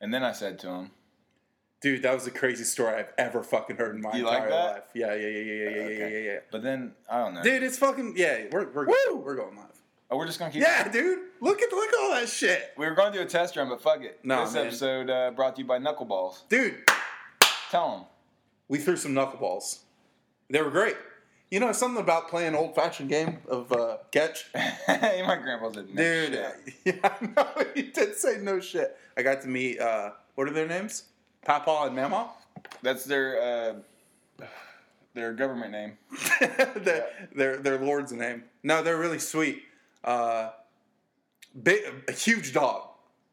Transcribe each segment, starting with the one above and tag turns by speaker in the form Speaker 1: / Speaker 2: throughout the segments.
Speaker 1: And then I said to him,
Speaker 2: Dude, that was the craziest story I've ever fucking heard in my
Speaker 1: You like
Speaker 2: entire
Speaker 1: that?
Speaker 2: life. Yeah, yeah, yeah, yeah, yeah, yeah,
Speaker 1: Okay.
Speaker 2: yeah, yeah, yeah.
Speaker 1: but then I don't know.
Speaker 2: Dude, it's fucking yeah. We're we're
Speaker 1: Woo!
Speaker 2: we're going live.
Speaker 1: Oh, we're just gonna keep.
Speaker 2: Yeah, dude. Look at look at all that shit,
Speaker 1: We were going to do a test run, but fuck it.
Speaker 2: No,
Speaker 1: this
Speaker 2: man.
Speaker 1: episode uh, brought to you by Knuckleballs.
Speaker 2: dude.
Speaker 1: Tell them.
Speaker 2: We threw some knuckleballs. They were great. You know something about playing old fashioned game of uh, catch,
Speaker 1: My grandpa said, no
Speaker 2: dude. uh,
Speaker 1: shit.
Speaker 2: Yeah, I know he did say no shit. I got to meet uh, what are their names? Papa and Mama.
Speaker 1: That's their uh, their government name.
Speaker 2: their, their their lord's name. No, they're really sweet. Uh, big, a huge dog.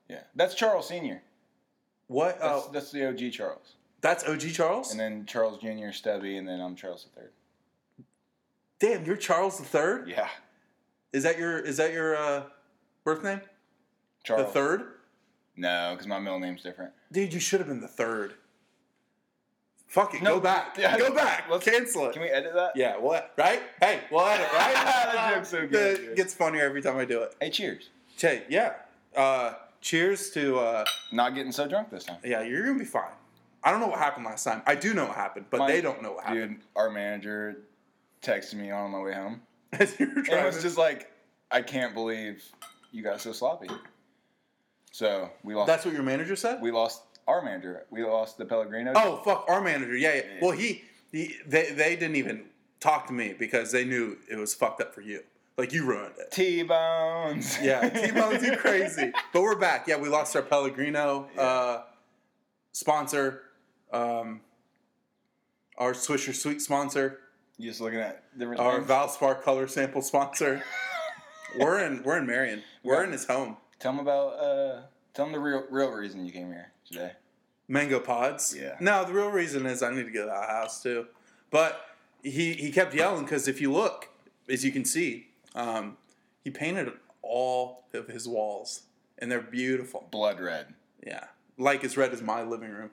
Speaker 1: Yeah, that's Charles Senior.
Speaker 2: What?
Speaker 1: That's,
Speaker 2: uh,
Speaker 1: that's the OG Charles,
Speaker 2: that's OG Charles.
Speaker 1: and then Charles Junior, Stubby, and then I'm Charles the Third.
Speaker 2: Damn, you're Charles the Third.
Speaker 1: Yeah,
Speaker 2: Is that your is that your uh, birth name?
Speaker 1: Charles
Speaker 2: The Third.
Speaker 1: No, because my middle name's different.
Speaker 2: Dude, you should have been the third. Fuck it.
Speaker 1: No,
Speaker 2: go back.
Speaker 1: yeah.
Speaker 2: go back. Let's cancel it.
Speaker 1: Can we edit that?
Speaker 2: yeah. What? Right? Hey. We'll edit. Right?
Speaker 1: That joke's so good,
Speaker 2: It
Speaker 1: dude.
Speaker 2: gets funnier every time I do it.
Speaker 1: Hey, cheers.
Speaker 2: Che, yeah. Uh, cheers to. Uh,
Speaker 1: Not getting so drunk this time.
Speaker 2: yeah, you're gonna be fine. I don't know what happened last time. I do know what happened, but
Speaker 1: My-
Speaker 2: they don't know what happened.
Speaker 1: Dude, our manager texted me on my way home.
Speaker 2: As you were
Speaker 1: And it
Speaker 2: driving,
Speaker 1: was just like, I can't believe you got so sloppy. So we lost.
Speaker 2: that's what your manager said.
Speaker 1: we lost our manager. We lost the Pellegrino.
Speaker 2: Oh fuck, our manager. Yeah, yeah.
Speaker 1: Yeah.
Speaker 2: Well, he, he they they didn't even talk to me because they knew it was fucked up for you. Like you ruined it.
Speaker 1: T Bones.
Speaker 2: Yeah, T-Bone's you crazy. But we're back. Yeah, we lost our Pellegrino uh, sponsor, um, our Swisher Sweet sponsor,
Speaker 1: Just looking at different
Speaker 2: our
Speaker 1: names.
Speaker 2: Valspar color sample sponsor. we're in we're in Marion. We're
Speaker 1: Yeah.
Speaker 2: in his home.
Speaker 1: Tell them about. Uh, tell them the real real reason you came here today.
Speaker 2: Mango pods.
Speaker 1: Yeah.
Speaker 2: No, the real reason is I need to get out of the house too. But he he kept yelling because if you look, as you can see, um, he painted all of his walls, and they're beautiful.
Speaker 1: Blood red.
Speaker 2: Yeah, like as red as my living room.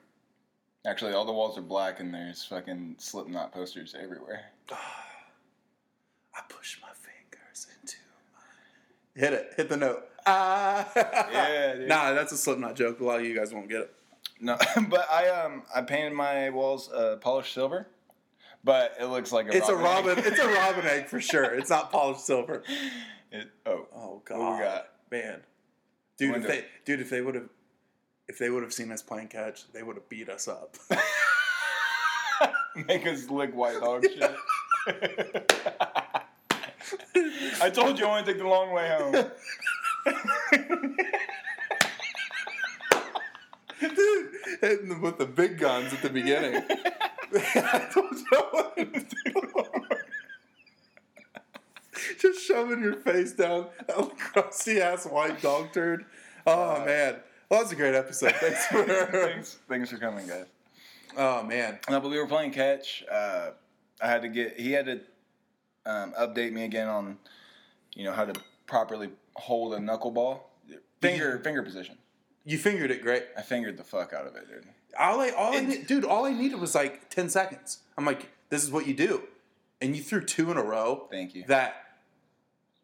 Speaker 1: Actually, all the walls are black, and there's fucking Slipknot posters everywhere.
Speaker 2: I push my fingers into my. Hit it. Hit the note. Ah.
Speaker 1: Yeah, dude.
Speaker 2: Nah, that's a Slipknot joke. A lot of you guys won't get it.
Speaker 1: No, but I um I painted my walls uh, polished silver, but it looks like a
Speaker 2: It's a
Speaker 1: robin
Speaker 2: robin.
Speaker 1: egg.
Speaker 2: it's a robin egg for sure. It's not polished silver.
Speaker 1: It- oh,
Speaker 2: Oh
Speaker 1: we
Speaker 2: god,
Speaker 1: got?
Speaker 2: man, dude! If
Speaker 1: Window.
Speaker 2: they, dude, if they would have, if they would have seen us playing catch, they would have beat us up.
Speaker 1: make us lick white dog shit. I told you I want to take the long way home.
Speaker 2: dude, hitting them with the big guns at the beginning. I don't know what to do. Just shoving your face down that crusty ass white dog turd. Oh man, well that's a great episode. Thanks for.
Speaker 1: thanks, thanks for coming, guys.
Speaker 2: oh man,
Speaker 1: No, but we were playing catch. Uh, I had to get. He had to um, update me again on, you know, how to properly hold a knuckleball, finger finger position.
Speaker 2: you fingered it great.
Speaker 1: I fingered the fuck out of it, dude.
Speaker 2: All I, all I, need, dude, all I needed was like ten seconds. I'm like, this is what you do, and you threw two in a row.
Speaker 1: Thank you.
Speaker 2: That,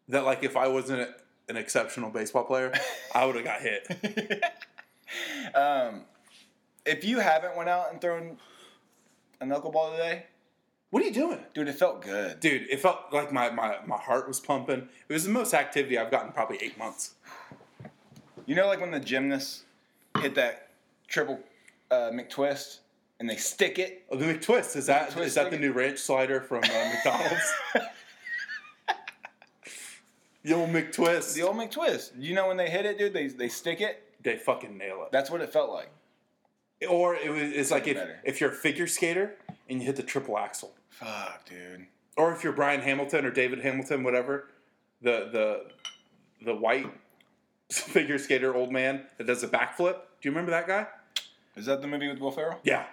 Speaker 2: that like, if I wasn't a- an exceptional baseball player, I would have got hit.
Speaker 1: Um, if you haven't went out and thrown a knuckleball today,
Speaker 2: What are you doing,
Speaker 1: dude, it felt good.
Speaker 2: dude? It felt like my my my heart was pumping. It was the most activity I've gotten in probably eight months.
Speaker 1: You know, like when the gymnasts hit that triple uh, McTwist and they stick it.
Speaker 2: Oh, the McTwist is that is
Speaker 1: McTwist,
Speaker 2: that the
Speaker 1: okay.
Speaker 2: new ranch slider from uh, McDonald's? the old McTwist.
Speaker 1: The old McTwist. You know when they hit it, dude, they they stick it.
Speaker 2: they fucking nail it.
Speaker 1: That's what it felt like.
Speaker 2: or it was it's like if,
Speaker 1: better.
Speaker 2: if you're a figure skater and you hit the triple axel.
Speaker 1: Fuck, dude.
Speaker 2: or if you're Brian Hamilton or David Hamilton, whatever, the the the white figure skater old man that does a backflip. Do you remember that guy?
Speaker 1: Is that the movie with Will Ferrell?
Speaker 2: Yeah.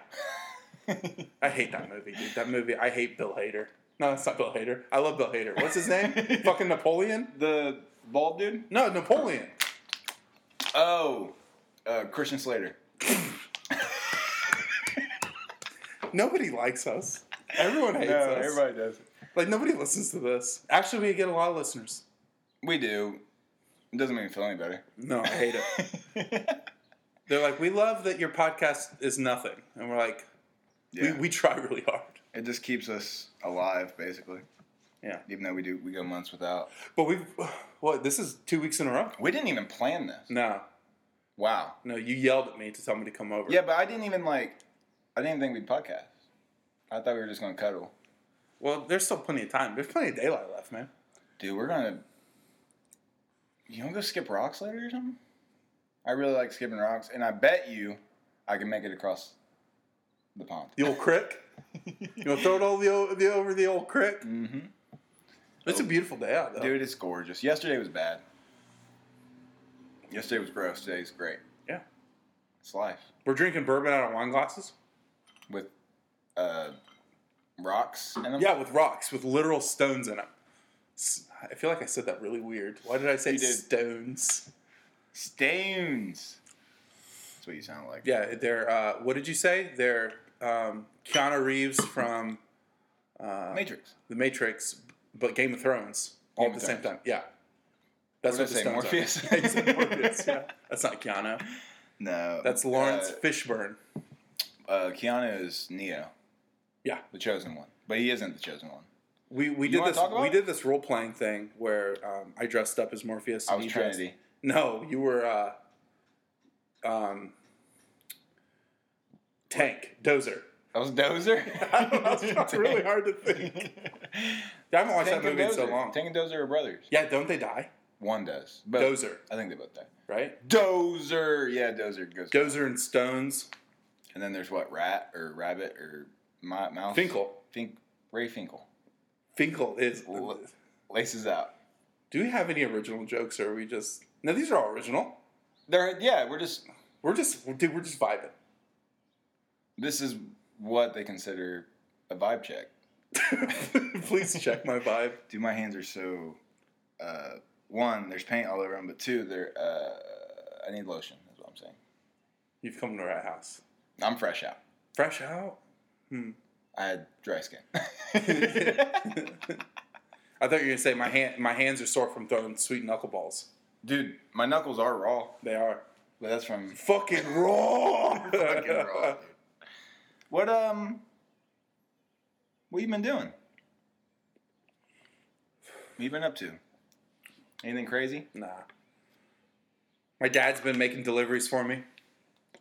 Speaker 2: I hate that movie, dude. That movie. I hate Bill Hader. No, it's not Bill Hader. I love Bill Hader. What's his name? Fucking Napoleon?
Speaker 1: The bald dude?
Speaker 2: No, Napoleon.
Speaker 1: Oh, uh, Christian Slater.
Speaker 2: Nobody likes us. Everyone hates us.
Speaker 1: does.
Speaker 2: Like nobody listens to this. Actually, we get a lot of listeners.
Speaker 1: We do. It doesn't make me feel any better.
Speaker 2: No, I hate it. They're like, we love that your podcast is nothing, and we're like,
Speaker 1: Yeah.
Speaker 2: we, we try really hard.
Speaker 1: it just keeps us alive, basically.
Speaker 2: Yeah.
Speaker 1: Even though we do, we go months without.
Speaker 2: But we've what? This is two weeks in a row.
Speaker 1: We didn't even plan this.
Speaker 2: No,
Speaker 1: Wow.
Speaker 2: no, you yelled at me to tell me to come over.
Speaker 1: Yeah, but I didn't even like. I didn't think we'd podcast. I thought we were just gonna cuddle.
Speaker 2: Well, there's still plenty of time. There's plenty of daylight left, man.
Speaker 1: Dude, we're gonna. You wanna go skip rocks later or something? I really like skipping rocks, and I bet you, I can make it across the pond.
Speaker 2: The old crick. you know, throw it all the, o- the over the old crick.
Speaker 1: Mm-hmm.
Speaker 2: It's a beautiful day out though.
Speaker 1: Dude, it's gorgeous. Yesterday was bad. Yesterday was gross. Today's great.
Speaker 2: Yeah.
Speaker 1: It's life
Speaker 2: We're drinking bourbon out of wine glasses.
Speaker 1: with uh, rocks in them.
Speaker 2: Yeah, with rocks, with literal stones in them. I feel like I said that really weird. Why did I say
Speaker 1: You did.
Speaker 2: stones?
Speaker 1: Stones. That's what you sound like.
Speaker 2: Yeah, they're. Uh, what did you say? They're um, Keanu Reeves from uh,
Speaker 1: Matrix.
Speaker 2: The Matrix, but Game of Thrones all
Speaker 1: Game
Speaker 2: at
Speaker 1: of
Speaker 2: the same
Speaker 1: Thrones.
Speaker 2: time. Yeah, that's
Speaker 1: What did
Speaker 2: what, the
Speaker 1: I say,
Speaker 2: stones
Speaker 1: Morpheus?
Speaker 2: are. I said Morpheus, yeah. That's not Keanu.
Speaker 1: No.
Speaker 2: That's Lawrence
Speaker 1: uh,
Speaker 2: Fishburne.
Speaker 1: Uh, Keanu is Neo.
Speaker 2: Yeah.
Speaker 1: The chosen one. But he isn't the chosen one.
Speaker 2: We we
Speaker 1: You
Speaker 2: did
Speaker 1: wanna
Speaker 2: this
Speaker 1: talk about
Speaker 2: we
Speaker 1: it?
Speaker 2: did this role playing thing where um, I dressed up as Morpheus.
Speaker 1: I
Speaker 2: and
Speaker 1: was
Speaker 2: you dressed-
Speaker 1: Trinity.
Speaker 2: No, you were uh, um, Tank Dozer.
Speaker 1: I was Dozer.
Speaker 2: That's not really hard to think. I haven't watched
Speaker 1: Tank
Speaker 2: that
Speaker 1: and
Speaker 2: movie in
Speaker 1: Dozer.
Speaker 2: so long.
Speaker 1: Tank and Dozer are brothers.
Speaker 2: Yeah, don't they die?
Speaker 1: One does. But
Speaker 2: Dozer,
Speaker 1: I think they both die.
Speaker 2: right?
Speaker 1: Dozer. Yeah, Dozer goes.
Speaker 2: Dozer and Stones.
Speaker 1: and then there's what? Rat or rabbit or mi- mouse?
Speaker 2: Finkel.
Speaker 1: Fink. Ray Finkel.
Speaker 2: Finkel is.
Speaker 1: L- Laces out.
Speaker 2: Do we have any original jokes, or are we just? No, these are all original.
Speaker 1: They're, yeah, we're just.
Speaker 2: We're just, dude, we're just vibing.
Speaker 1: This is what they consider a vibe check.
Speaker 2: Please check my vibe.
Speaker 1: Dude, my hands are so. Uh, one, there's paint all over them, but two, they're. Uh, I need lotion. That's what I'm saying.
Speaker 2: You've come to the right house.
Speaker 1: I'm fresh out.
Speaker 2: Fresh out.
Speaker 1: I had dry skin.
Speaker 2: I thought you were gonna say my hand, my hands are sore from throwing sweet knuckleballs.
Speaker 1: Dude, my knuckles are raw,
Speaker 2: They are
Speaker 1: but that's from
Speaker 2: fucking raw.
Speaker 1: fucking raw. Dude. What um? What you been doing? What you been up to? Anything crazy?
Speaker 2: Nah. My dad's been making deliveries for me,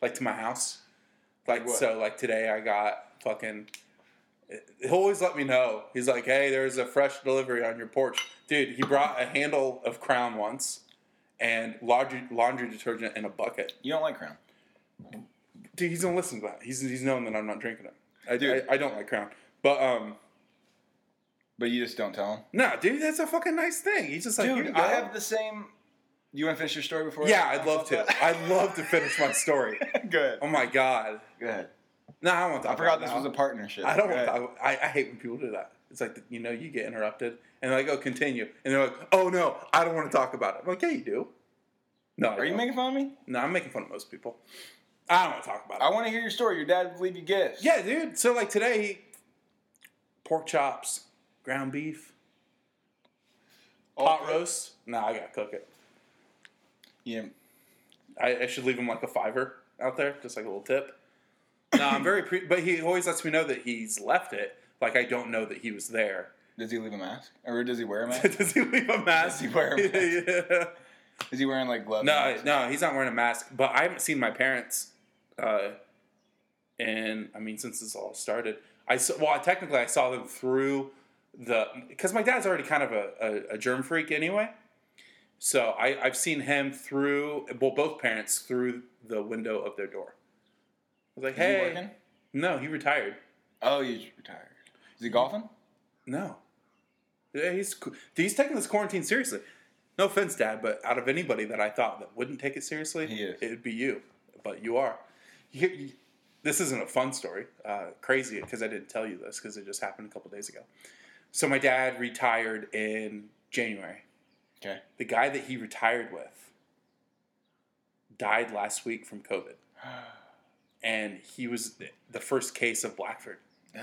Speaker 2: like to my house. Like
Speaker 1: what?
Speaker 2: so, like today I got fucking. He'll always let me know. He's like, "Hey, there's a fresh delivery on your porch, dude." He brought a handle of Crown once, and laundry laundry detergent in a bucket.
Speaker 1: You don't like Crown,
Speaker 2: Dude, he's gonna listen to that. He's he's knowing that I'm not drinking it. I,
Speaker 1: Dude.
Speaker 2: I, I don't like Crown, but um,
Speaker 1: but you just don't tell him.
Speaker 2: nah, dude, that's a fucking nice thing. He's just like, "Here you
Speaker 1: Dude,
Speaker 2: go."
Speaker 1: I have the same. You want to finish your story before?
Speaker 2: yeah, I'd love to. I'd love to finish my story.
Speaker 1: Go ahead.
Speaker 2: Oh my god.
Speaker 1: Go ahead.
Speaker 2: No, I won't.
Speaker 1: I forgot this was a partnership.
Speaker 2: I don't.
Speaker 1: Go
Speaker 2: Want
Speaker 1: ahead.
Speaker 2: to, I, I hate when people do that. It's like you know you get interrupted and they're like, "Oh, continue," and they're like, "Oh no, I don't want to talk about it." I'm like, "Yeah, you do." No, I
Speaker 1: Are you
Speaker 2: don't.
Speaker 1: making fun of me?
Speaker 2: No, I'm making fun of most people. I don't want to talk about it.
Speaker 1: I want to hear your story. Your dad would leave you gifts.
Speaker 2: yeah, dude. So like today, pork chops, ground beef, pot roast. No, I gotta cook it.
Speaker 1: Yeah.
Speaker 2: I, I should leave him like a fiver out there, just like a little tip. No, I'm very. Pre- but he always lets me know that he's left it. Like I don't know that he was there.
Speaker 1: Does he leave a mask, or does he wear a mask?
Speaker 2: Does he leave a
Speaker 1: Does
Speaker 2: mask?
Speaker 1: he wear a
Speaker 2: yeah.
Speaker 1: Is he wearing like gloves?
Speaker 2: No, no, he's not wearing a mask. But I haven't seen my parents, uh, and I mean since this all started, I saw, well, I, technically I saw them through the because my dad's already kind of a, a, a germ freak anyway. So I, I've seen him through well both parents through the window of their door. I was like,
Speaker 1: Is he
Speaker 2: hey,
Speaker 1: working?
Speaker 2: no, he retired.
Speaker 1: Oh, he's retired. Is he golfing?
Speaker 2: No. Yeah, He's cu- he's taking this quarantine seriously. No offense, Dad, but out of anybody that I thought that wouldn't take it seriously,
Speaker 1: He is.
Speaker 2: it'd be you. But you are. You- you- this isn't a fun story. Uh, crazy because I didn't tell you this because it just happened a couple days ago. So my dad retired in January.
Speaker 1: Okay.
Speaker 2: The guy that he retired with died last week from COVID, and he was the- the first case of Blackford.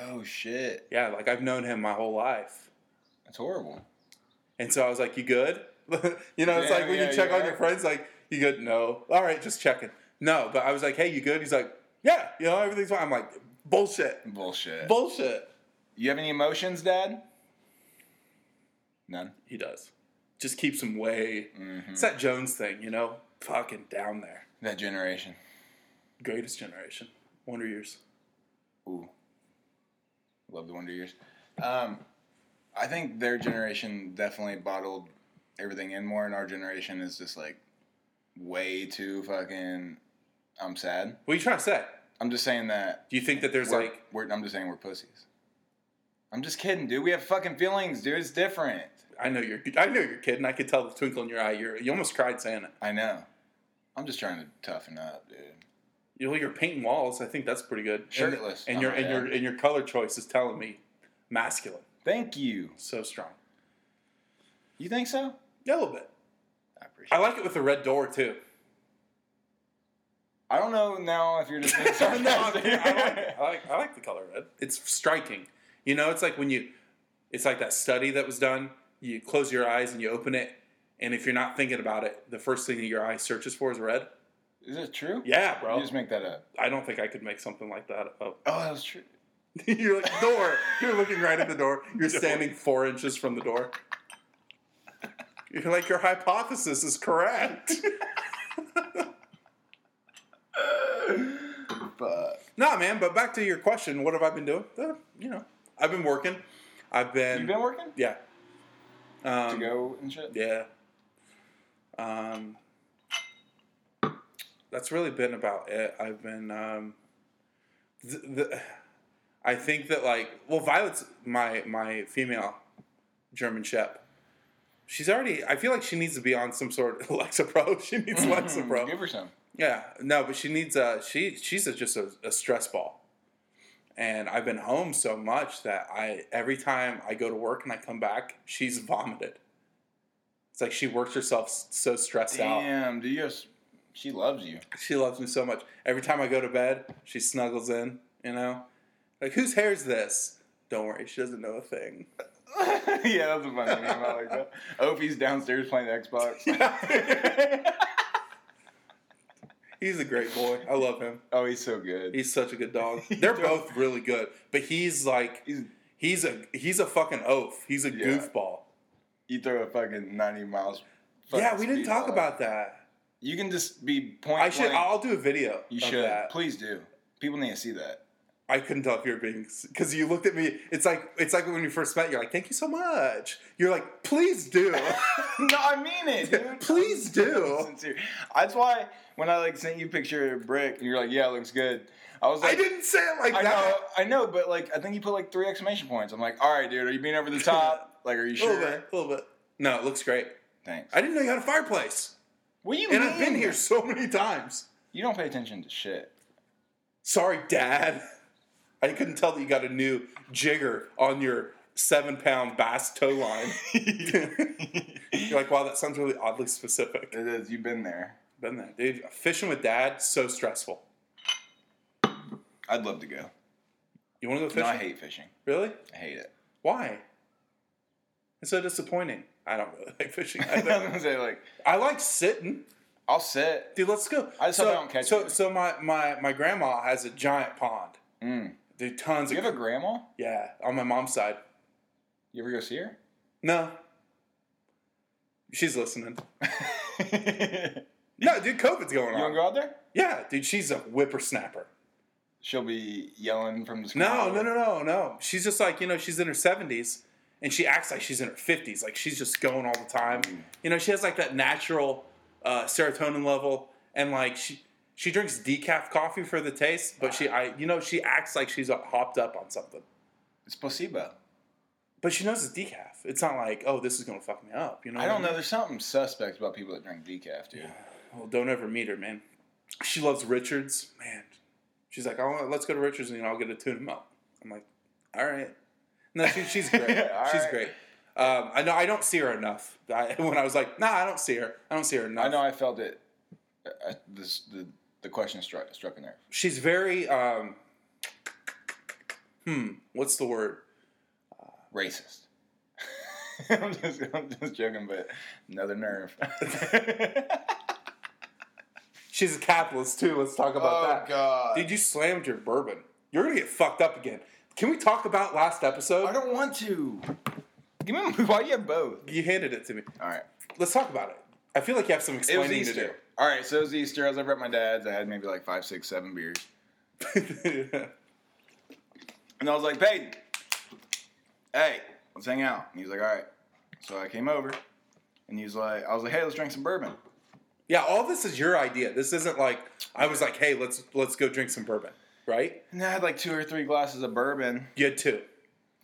Speaker 1: Oh shit,
Speaker 2: Yeah, like I've known him my whole life.
Speaker 1: that's horrible.
Speaker 2: And so I was like, "You good?" you know, it's
Speaker 1: Yeah,
Speaker 2: like when
Speaker 1: yeah,
Speaker 2: you check
Speaker 1: yeah.
Speaker 2: on your friends, like, "You good?" No. All right, just checking. No, but I was like, hey, you good? He's like, yeah, you know, everything's fine. I'm like, bullshit.
Speaker 1: Bullshit.
Speaker 2: Bullshit.
Speaker 1: you have any emotions, Dad? None.
Speaker 2: He does. Just keeps him way.
Speaker 1: Mm-hmm.
Speaker 2: It's that Jones thing, you know? Fucking down there.
Speaker 1: That generation.
Speaker 2: Greatest generation. Wonder Years.
Speaker 1: Ooh. Love the Wonder Years. Um, I think their generation definitely bottled everything in more, and our generation is just like way too fucking. I'm sad.
Speaker 2: What are you trying to say?
Speaker 1: I'm just saying that.
Speaker 2: Do you think that there's
Speaker 1: We're,
Speaker 2: like.
Speaker 1: we're, I'm just saying we're pussies. I'm just kidding, dude. We have fucking feelings, dude. It's different.
Speaker 2: I know you're. I know you're kidding. I could tell the twinkle in your eye. You're. You almost cried saying it.
Speaker 1: I know. I'm just trying to toughen up, dude.
Speaker 2: You know, you're painting walls. I think that's pretty good. And-
Speaker 1: Shirtless.
Speaker 2: And,
Speaker 1: Oh,
Speaker 2: your and
Speaker 1: yeah.
Speaker 2: your and your color choice is telling me masculine.
Speaker 1: Thank you.
Speaker 2: So strong.
Speaker 1: You think so?
Speaker 2: Yeah, a little bit.
Speaker 1: I appreciate.
Speaker 2: I like it with the red door too.
Speaker 1: I don't know now if you're just being
Speaker 2: No, I,
Speaker 1: sarcastic.
Speaker 2: mean, I like, I, like, I like the color red. It's striking. You know, it's like when you, it's like that study that was done. You close your eyes and you open it, and if you're not thinking about it, the first thing that your eye searches for is red.
Speaker 1: Is it true?
Speaker 2: Yeah,
Speaker 1: You
Speaker 2: bro.
Speaker 1: just make that up.
Speaker 2: I don't think I could make something like that up.
Speaker 1: Oh, that was true.
Speaker 2: you're like door. You're looking right at the door. You're standing four inches from the door. You're like your hypothesis is correct.
Speaker 1: Fuck.
Speaker 2: nah, man. But back to your question. What have I been doing? Uh, you know, I've been working. I've
Speaker 1: You been working?
Speaker 2: Yeah. Um,
Speaker 1: to go and shit?
Speaker 2: Yeah. Um, that's really been about it. I've been. Um, th- the, I think that like, well, Violet's my my female German Shep. She's already. I feel like she needs to be on some sort of Lexapro. She needs Lexapro.
Speaker 1: Give her some.
Speaker 2: Yeah, no, but she needs a she. She's a, just a, a stress ball, and I've been home so much that I every time I go to work and I come back, she's vomited. It's like she works herself s- so stressed out.
Speaker 1: Damn, dude, you're, s- she loves you.
Speaker 2: She loves me so much. Every time I go to bed, she snuggles in. You know, like whose hair is this? Don't worry, she doesn't know a thing.
Speaker 1: yeah, that's a funny name. I like that. Opie's downstairs playing the Xbox.
Speaker 2: He's a great boy. I love him.
Speaker 1: Oh, he's so good.
Speaker 2: He's such a good dog. They're both really good, but he's like
Speaker 1: He's,
Speaker 2: He's a he's a fucking oaf. He's a
Speaker 1: Yeah.
Speaker 2: goofball.
Speaker 1: you throw a fucking 90 miles. fucking
Speaker 2: yeah, we didn't
Speaker 1: speed
Speaker 2: talk
Speaker 1: ball.
Speaker 2: about that.
Speaker 1: You can just be point
Speaker 2: I should.
Speaker 1: blank.
Speaker 2: I'll do a video.
Speaker 1: you
Speaker 2: of
Speaker 1: should.
Speaker 2: That.
Speaker 1: Please do. People need to see that.
Speaker 2: I couldn't tell if you were being because you looked at me. It's like it's like when we first met. You're like, thank you so much. You're like, please do.
Speaker 1: no, I mean it, dude.
Speaker 2: Please do.
Speaker 1: I'm sincere. That's why when I like sent you a picture of Brick, and you're like, "Yeah, it looks good." I was
Speaker 2: I
Speaker 1: like,
Speaker 2: didn't say it like
Speaker 1: I
Speaker 2: that.
Speaker 1: know, I know, but like, I think you put like three exclamation points. I'm like, "All right, dude, are you being over the top? Like, are you
Speaker 2: A
Speaker 1: sure?"
Speaker 2: little bit. A little bit. No, it looks great.
Speaker 1: Thanks.
Speaker 2: I didn't know you had a fireplace,
Speaker 1: What do you
Speaker 2: and
Speaker 1: mean?
Speaker 2: I've been here so many times.
Speaker 1: You don't pay attention to shit.
Speaker 2: Sorry, Dad. I couldn't tell that you got a new jigger on your seven pound bass toe line. You're like, wow, that sounds really oddly specific.
Speaker 1: It is. You've been there.
Speaker 2: Been there, dude. Fishing with dad, so stressful.
Speaker 1: I'd love to go.
Speaker 2: You want to go fishing?
Speaker 1: No, I hate fishing.
Speaker 2: Really?
Speaker 1: I hate it.
Speaker 2: Why? It's so disappointing. I don't really like fishing
Speaker 1: I was
Speaker 2: either.
Speaker 1: gonna say like,
Speaker 2: I like sitting.
Speaker 1: I'll sit.
Speaker 2: Dude, let's go.
Speaker 1: I just
Speaker 2: so,
Speaker 1: hope I don't catch
Speaker 2: so,
Speaker 1: anything.
Speaker 2: So my, my, my grandma has a giant pond.
Speaker 1: Mm.
Speaker 2: Dude, tons
Speaker 1: Do you
Speaker 2: of...
Speaker 1: have a grandma?
Speaker 2: yeah, on my mom's side.
Speaker 1: You ever go see her?
Speaker 2: No. She's listening. No, dude, COVID's going
Speaker 1: you
Speaker 2: on.
Speaker 1: wanna go out there?
Speaker 2: Yeah, dude, she's a whippersnapper.
Speaker 1: She'll be yelling from the sky.
Speaker 2: No, no, no, no, no. She's just like, you know, she's in her 70s and she acts like she's in her 50s. Like she's just going all the time.
Speaker 1: Mm.
Speaker 2: You know, she has like that natural uh, serotonin level and like she. She drinks decaf coffee for the taste, but she, I, you know, she acts like she's hopped up on something.
Speaker 1: It's placebo.
Speaker 2: But she knows it's decaf. It's not like, oh, this is gonna fuck me up. You know,
Speaker 1: I
Speaker 2: what
Speaker 1: don't know.
Speaker 2: mean?
Speaker 1: There's something suspect about people that drink decaf, dude.
Speaker 2: Well, Oh, don't ever meet her, man. She loves Richards, man. She's like, I want, let's go to Richards and I'll get a tune 'em up. I'm like, all right. No, she, she's great.
Speaker 1: All
Speaker 2: she's
Speaker 1: right.
Speaker 2: great. Um, I know I don't see her enough. I, when I was like, nah, I don't see her. I don't see her enough.
Speaker 1: I know. I felt it. I, I- this the the question struck struck a nerve.
Speaker 2: She's very. Um, hmm. What's the word?
Speaker 1: Racist. I'm just I'm just joking, but another nerve.
Speaker 2: She's a capitalist too. Let's talk about
Speaker 1: Oh,
Speaker 2: that.
Speaker 1: God.
Speaker 2: Dude, you slammed your bourbon. You're gonna get fucked up again. Can we talk about last episode?
Speaker 1: I don't want to. Give me why you have both.
Speaker 2: you handed it to me.
Speaker 1: All right.
Speaker 2: Let's talk about it. I feel like you have some
Speaker 1: It was
Speaker 2: explaining to
Speaker 1: Easter. All right, so it was Easter. I was over at my dad's. I had maybe like five, six, seven beers,
Speaker 2: do.
Speaker 1: and I was like, "Peyton, hey, let's hang out." And he was like, "All right." So I came over, and he was like, "I was like, hey, let's drink some bourbon."
Speaker 2: yeah, all this is your idea. This isn't like I was like, hey, let's let's go drink some bourbon, right?
Speaker 1: And I had like two or three glasses of bourbon
Speaker 2: You had two,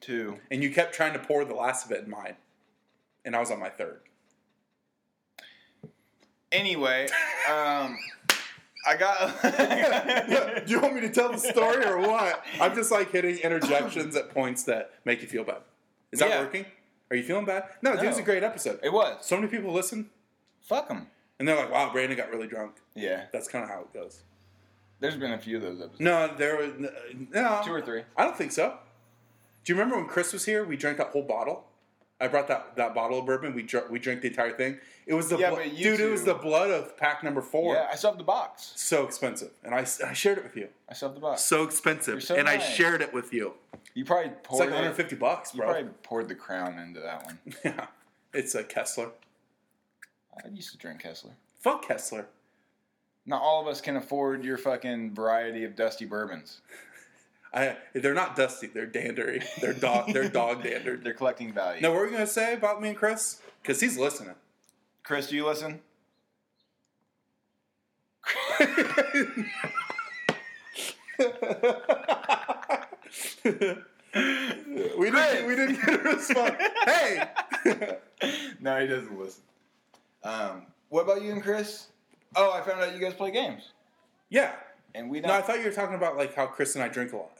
Speaker 1: too.
Speaker 2: and you kept trying to pour the last of it in mine, and I was on my third.
Speaker 1: Anyway, um, I
Speaker 2: Yeah,
Speaker 1: got.
Speaker 2: do you want me to tell the story or what? I'm just like hitting interjections at points that make you feel bad. Is that
Speaker 1: Yeah.
Speaker 2: working? Are you feeling bad? No, dude, it was a
Speaker 1: No.
Speaker 2: great episode.
Speaker 1: it was.
Speaker 2: So many people listen
Speaker 1: Fuck them.
Speaker 2: and they're like, "Wow, Brandon got really drunk."
Speaker 1: Yeah,
Speaker 2: That's kind of how it goes.
Speaker 1: there's been a few of those episodes.
Speaker 2: No, there was no
Speaker 1: Two or three.
Speaker 2: I don't think so. Do you remember when Chris was here? We drank that whole bottle. I brought that, that bottle of bourbon. We dr- we drank the entire thing. It was the
Speaker 1: Yeah,
Speaker 2: blo-
Speaker 1: but you
Speaker 2: dude. It
Speaker 1: two-
Speaker 2: was the blood of pack number four.
Speaker 1: Yeah, I still have the box.
Speaker 2: So expensive, and I, s- I shared it with you.
Speaker 1: I still have the box.
Speaker 2: So expensive,
Speaker 1: You're so
Speaker 2: and I
Speaker 1: nice.
Speaker 2: shared it with you.
Speaker 1: You probably
Speaker 2: It's
Speaker 1: poured
Speaker 2: like
Speaker 1: it.
Speaker 2: 150 bucks,
Speaker 1: You
Speaker 2: bro.
Speaker 1: probably poured the crown into that one.
Speaker 2: yeah, it's a Kessler.
Speaker 1: I used to drink Kessler.
Speaker 2: Fuck Kessler.
Speaker 1: Not all of us can afford your fucking variety of dusty bourbons.
Speaker 2: I they're not dusty. They're dandery. They're dog. they're dog dandered.
Speaker 1: They're collecting value.
Speaker 2: Now, what were you gonna say about me and Chris? Because he's listening.
Speaker 1: Chris, do you listen?
Speaker 2: We didn't, we didn't get a response. hey!
Speaker 1: no, he doesn't listen. Um, what about you and Chris? Oh, I found out you guys play games,
Speaker 2: Yeah.
Speaker 1: and we don't.
Speaker 2: No, I thought you were talking about like how Chris and I drink a lot.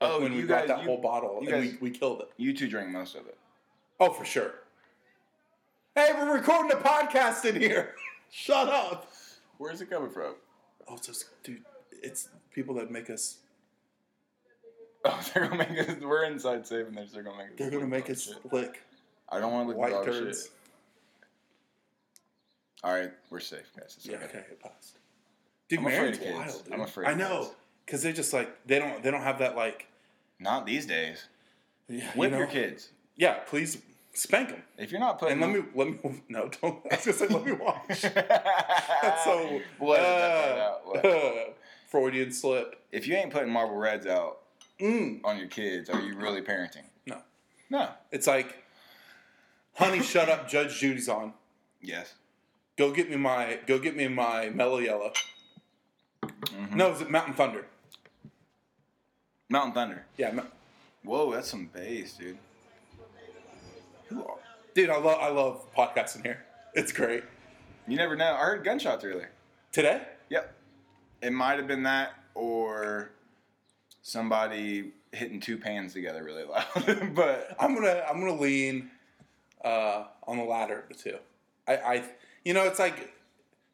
Speaker 2: Like,
Speaker 1: Oh,
Speaker 2: when we
Speaker 1: you
Speaker 2: got
Speaker 1: guys-
Speaker 2: that
Speaker 1: you-
Speaker 2: whole bottle and
Speaker 1: you guys-
Speaker 2: we, we killed it.
Speaker 1: you two drink most of it.
Speaker 2: Oh, for sure. Hey, we're recording a podcast in here. Shut up.
Speaker 1: Where's it coming from?
Speaker 2: Oh, it's just, dude, it's people that make us.
Speaker 1: Oh, they're gonna make us. We're inside saving this. They're gonna make us.
Speaker 2: They're gonna make us
Speaker 1: Oh, Shit.
Speaker 2: lick
Speaker 1: I don't want to look
Speaker 2: white
Speaker 1: at dog
Speaker 2: turds.
Speaker 1: shit. All right, we're safe, guys. It's
Speaker 2: Yeah,
Speaker 1: okay.
Speaker 2: okay, it passed. Dude,
Speaker 1: I'm afraid
Speaker 2: Marion's
Speaker 1: of kids.
Speaker 2: wild. Dude.
Speaker 1: I'm afraid
Speaker 2: I
Speaker 1: of
Speaker 2: know,
Speaker 1: kids.
Speaker 2: because they're just like they don't they don't have that like.
Speaker 1: Not these days.
Speaker 2: Yeah,
Speaker 1: Whip
Speaker 2: you
Speaker 1: your
Speaker 2: know?
Speaker 1: kids.
Speaker 2: Yeah, please spank them
Speaker 1: If you're not putting
Speaker 2: and let me let me no don't. I was gonna say let me watch. That's
Speaker 1: That's
Speaker 2: so
Speaker 1: What,
Speaker 2: uh, Freudian slip.
Speaker 1: If you ain't putting marble reds out
Speaker 2: Mm.
Speaker 1: on your kids, are you really parenting?
Speaker 2: No,
Speaker 1: No.
Speaker 2: it's like, honey, shut up. Judge Judy's on.
Speaker 1: Yes.
Speaker 2: Go get me my go get me my mellow yellow.
Speaker 1: Mm-hmm.
Speaker 2: No, is it Mountain Thunder?
Speaker 1: Mountain Thunder.
Speaker 2: Yeah, Mou-
Speaker 1: Whoa, that's some bass, dude. Who are?
Speaker 2: dude, I love I love podcasting here. It's great.
Speaker 1: You never know. I heard gunshots earlier.
Speaker 2: Today,
Speaker 1: Yep. It might have been that or somebody hitting two pans together really loud. but
Speaker 2: I'm gonna I'm gonna lean uh, on the latter of the two. I, I you know it's like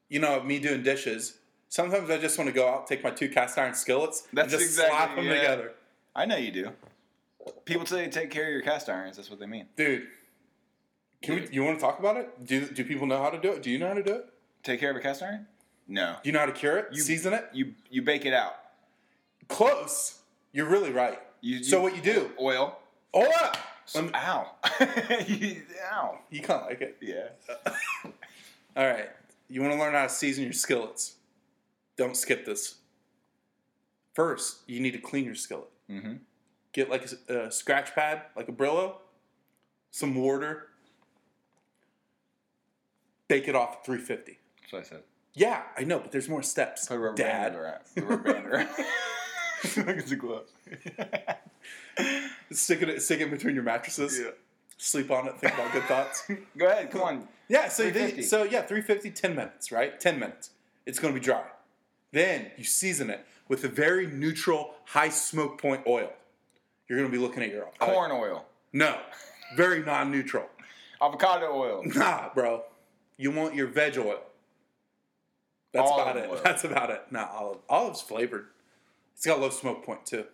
Speaker 2: you know me doing dishes. Sometimes I just want to go out, take my two cast iron skillets,
Speaker 1: That's
Speaker 2: and just
Speaker 1: exactly-
Speaker 2: slap them
Speaker 1: yeah.
Speaker 2: together,
Speaker 1: I know you do. People say take care of your cast irons. That's what they mean.
Speaker 2: dude. Can we? You want to talk about it? Do do people know how to do it? Do you know how to do it?
Speaker 1: Take care of a cast iron? No.
Speaker 2: Do you know how to cure it?
Speaker 1: You-
Speaker 2: Season it?
Speaker 1: You you bake it out.
Speaker 2: Close. You're really right.
Speaker 1: You, you
Speaker 2: so what you do?
Speaker 1: Oil.
Speaker 2: Oh, up.
Speaker 1: Some, ow. You- ow.
Speaker 2: you kind of like it.
Speaker 1: Yeah.
Speaker 2: All right. You want to learn how to season your skillets. Don't skip this. First, you need to clean your skillet.
Speaker 1: Mhm.
Speaker 2: Get like a s- a, scratch pad, like a Brillo, some water, bake it off at 350.
Speaker 1: That's what I said.
Speaker 2: Yeah, I know, but there's more steps.
Speaker 1: Put a rubber
Speaker 2: Dad.
Speaker 1: band around. The rubber band around. Look, it's a glove.
Speaker 2: Stick it, stick it between your mattresses. Sleep on it, think about good thoughts.
Speaker 1: Go ahead. Come on.
Speaker 2: Yeah, so they,
Speaker 1: 350.
Speaker 2: so yeah, 350 10 minutes, right? 10 minutes. It's going to be dry. Then you season it with a very neutral high smoke point oil. You're going to be looking at your uh,
Speaker 1: Corn oil.
Speaker 2: no. Very non-neutral.
Speaker 1: Avocado oil.
Speaker 2: Nah, bro. You want your veg oil. That's
Speaker 1: Olive
Speaker 2: about it.
Speaker 1: oil.
Speaker 2: That's about it. Nah, olive. Olive's flavored. It's got a low smoke point too.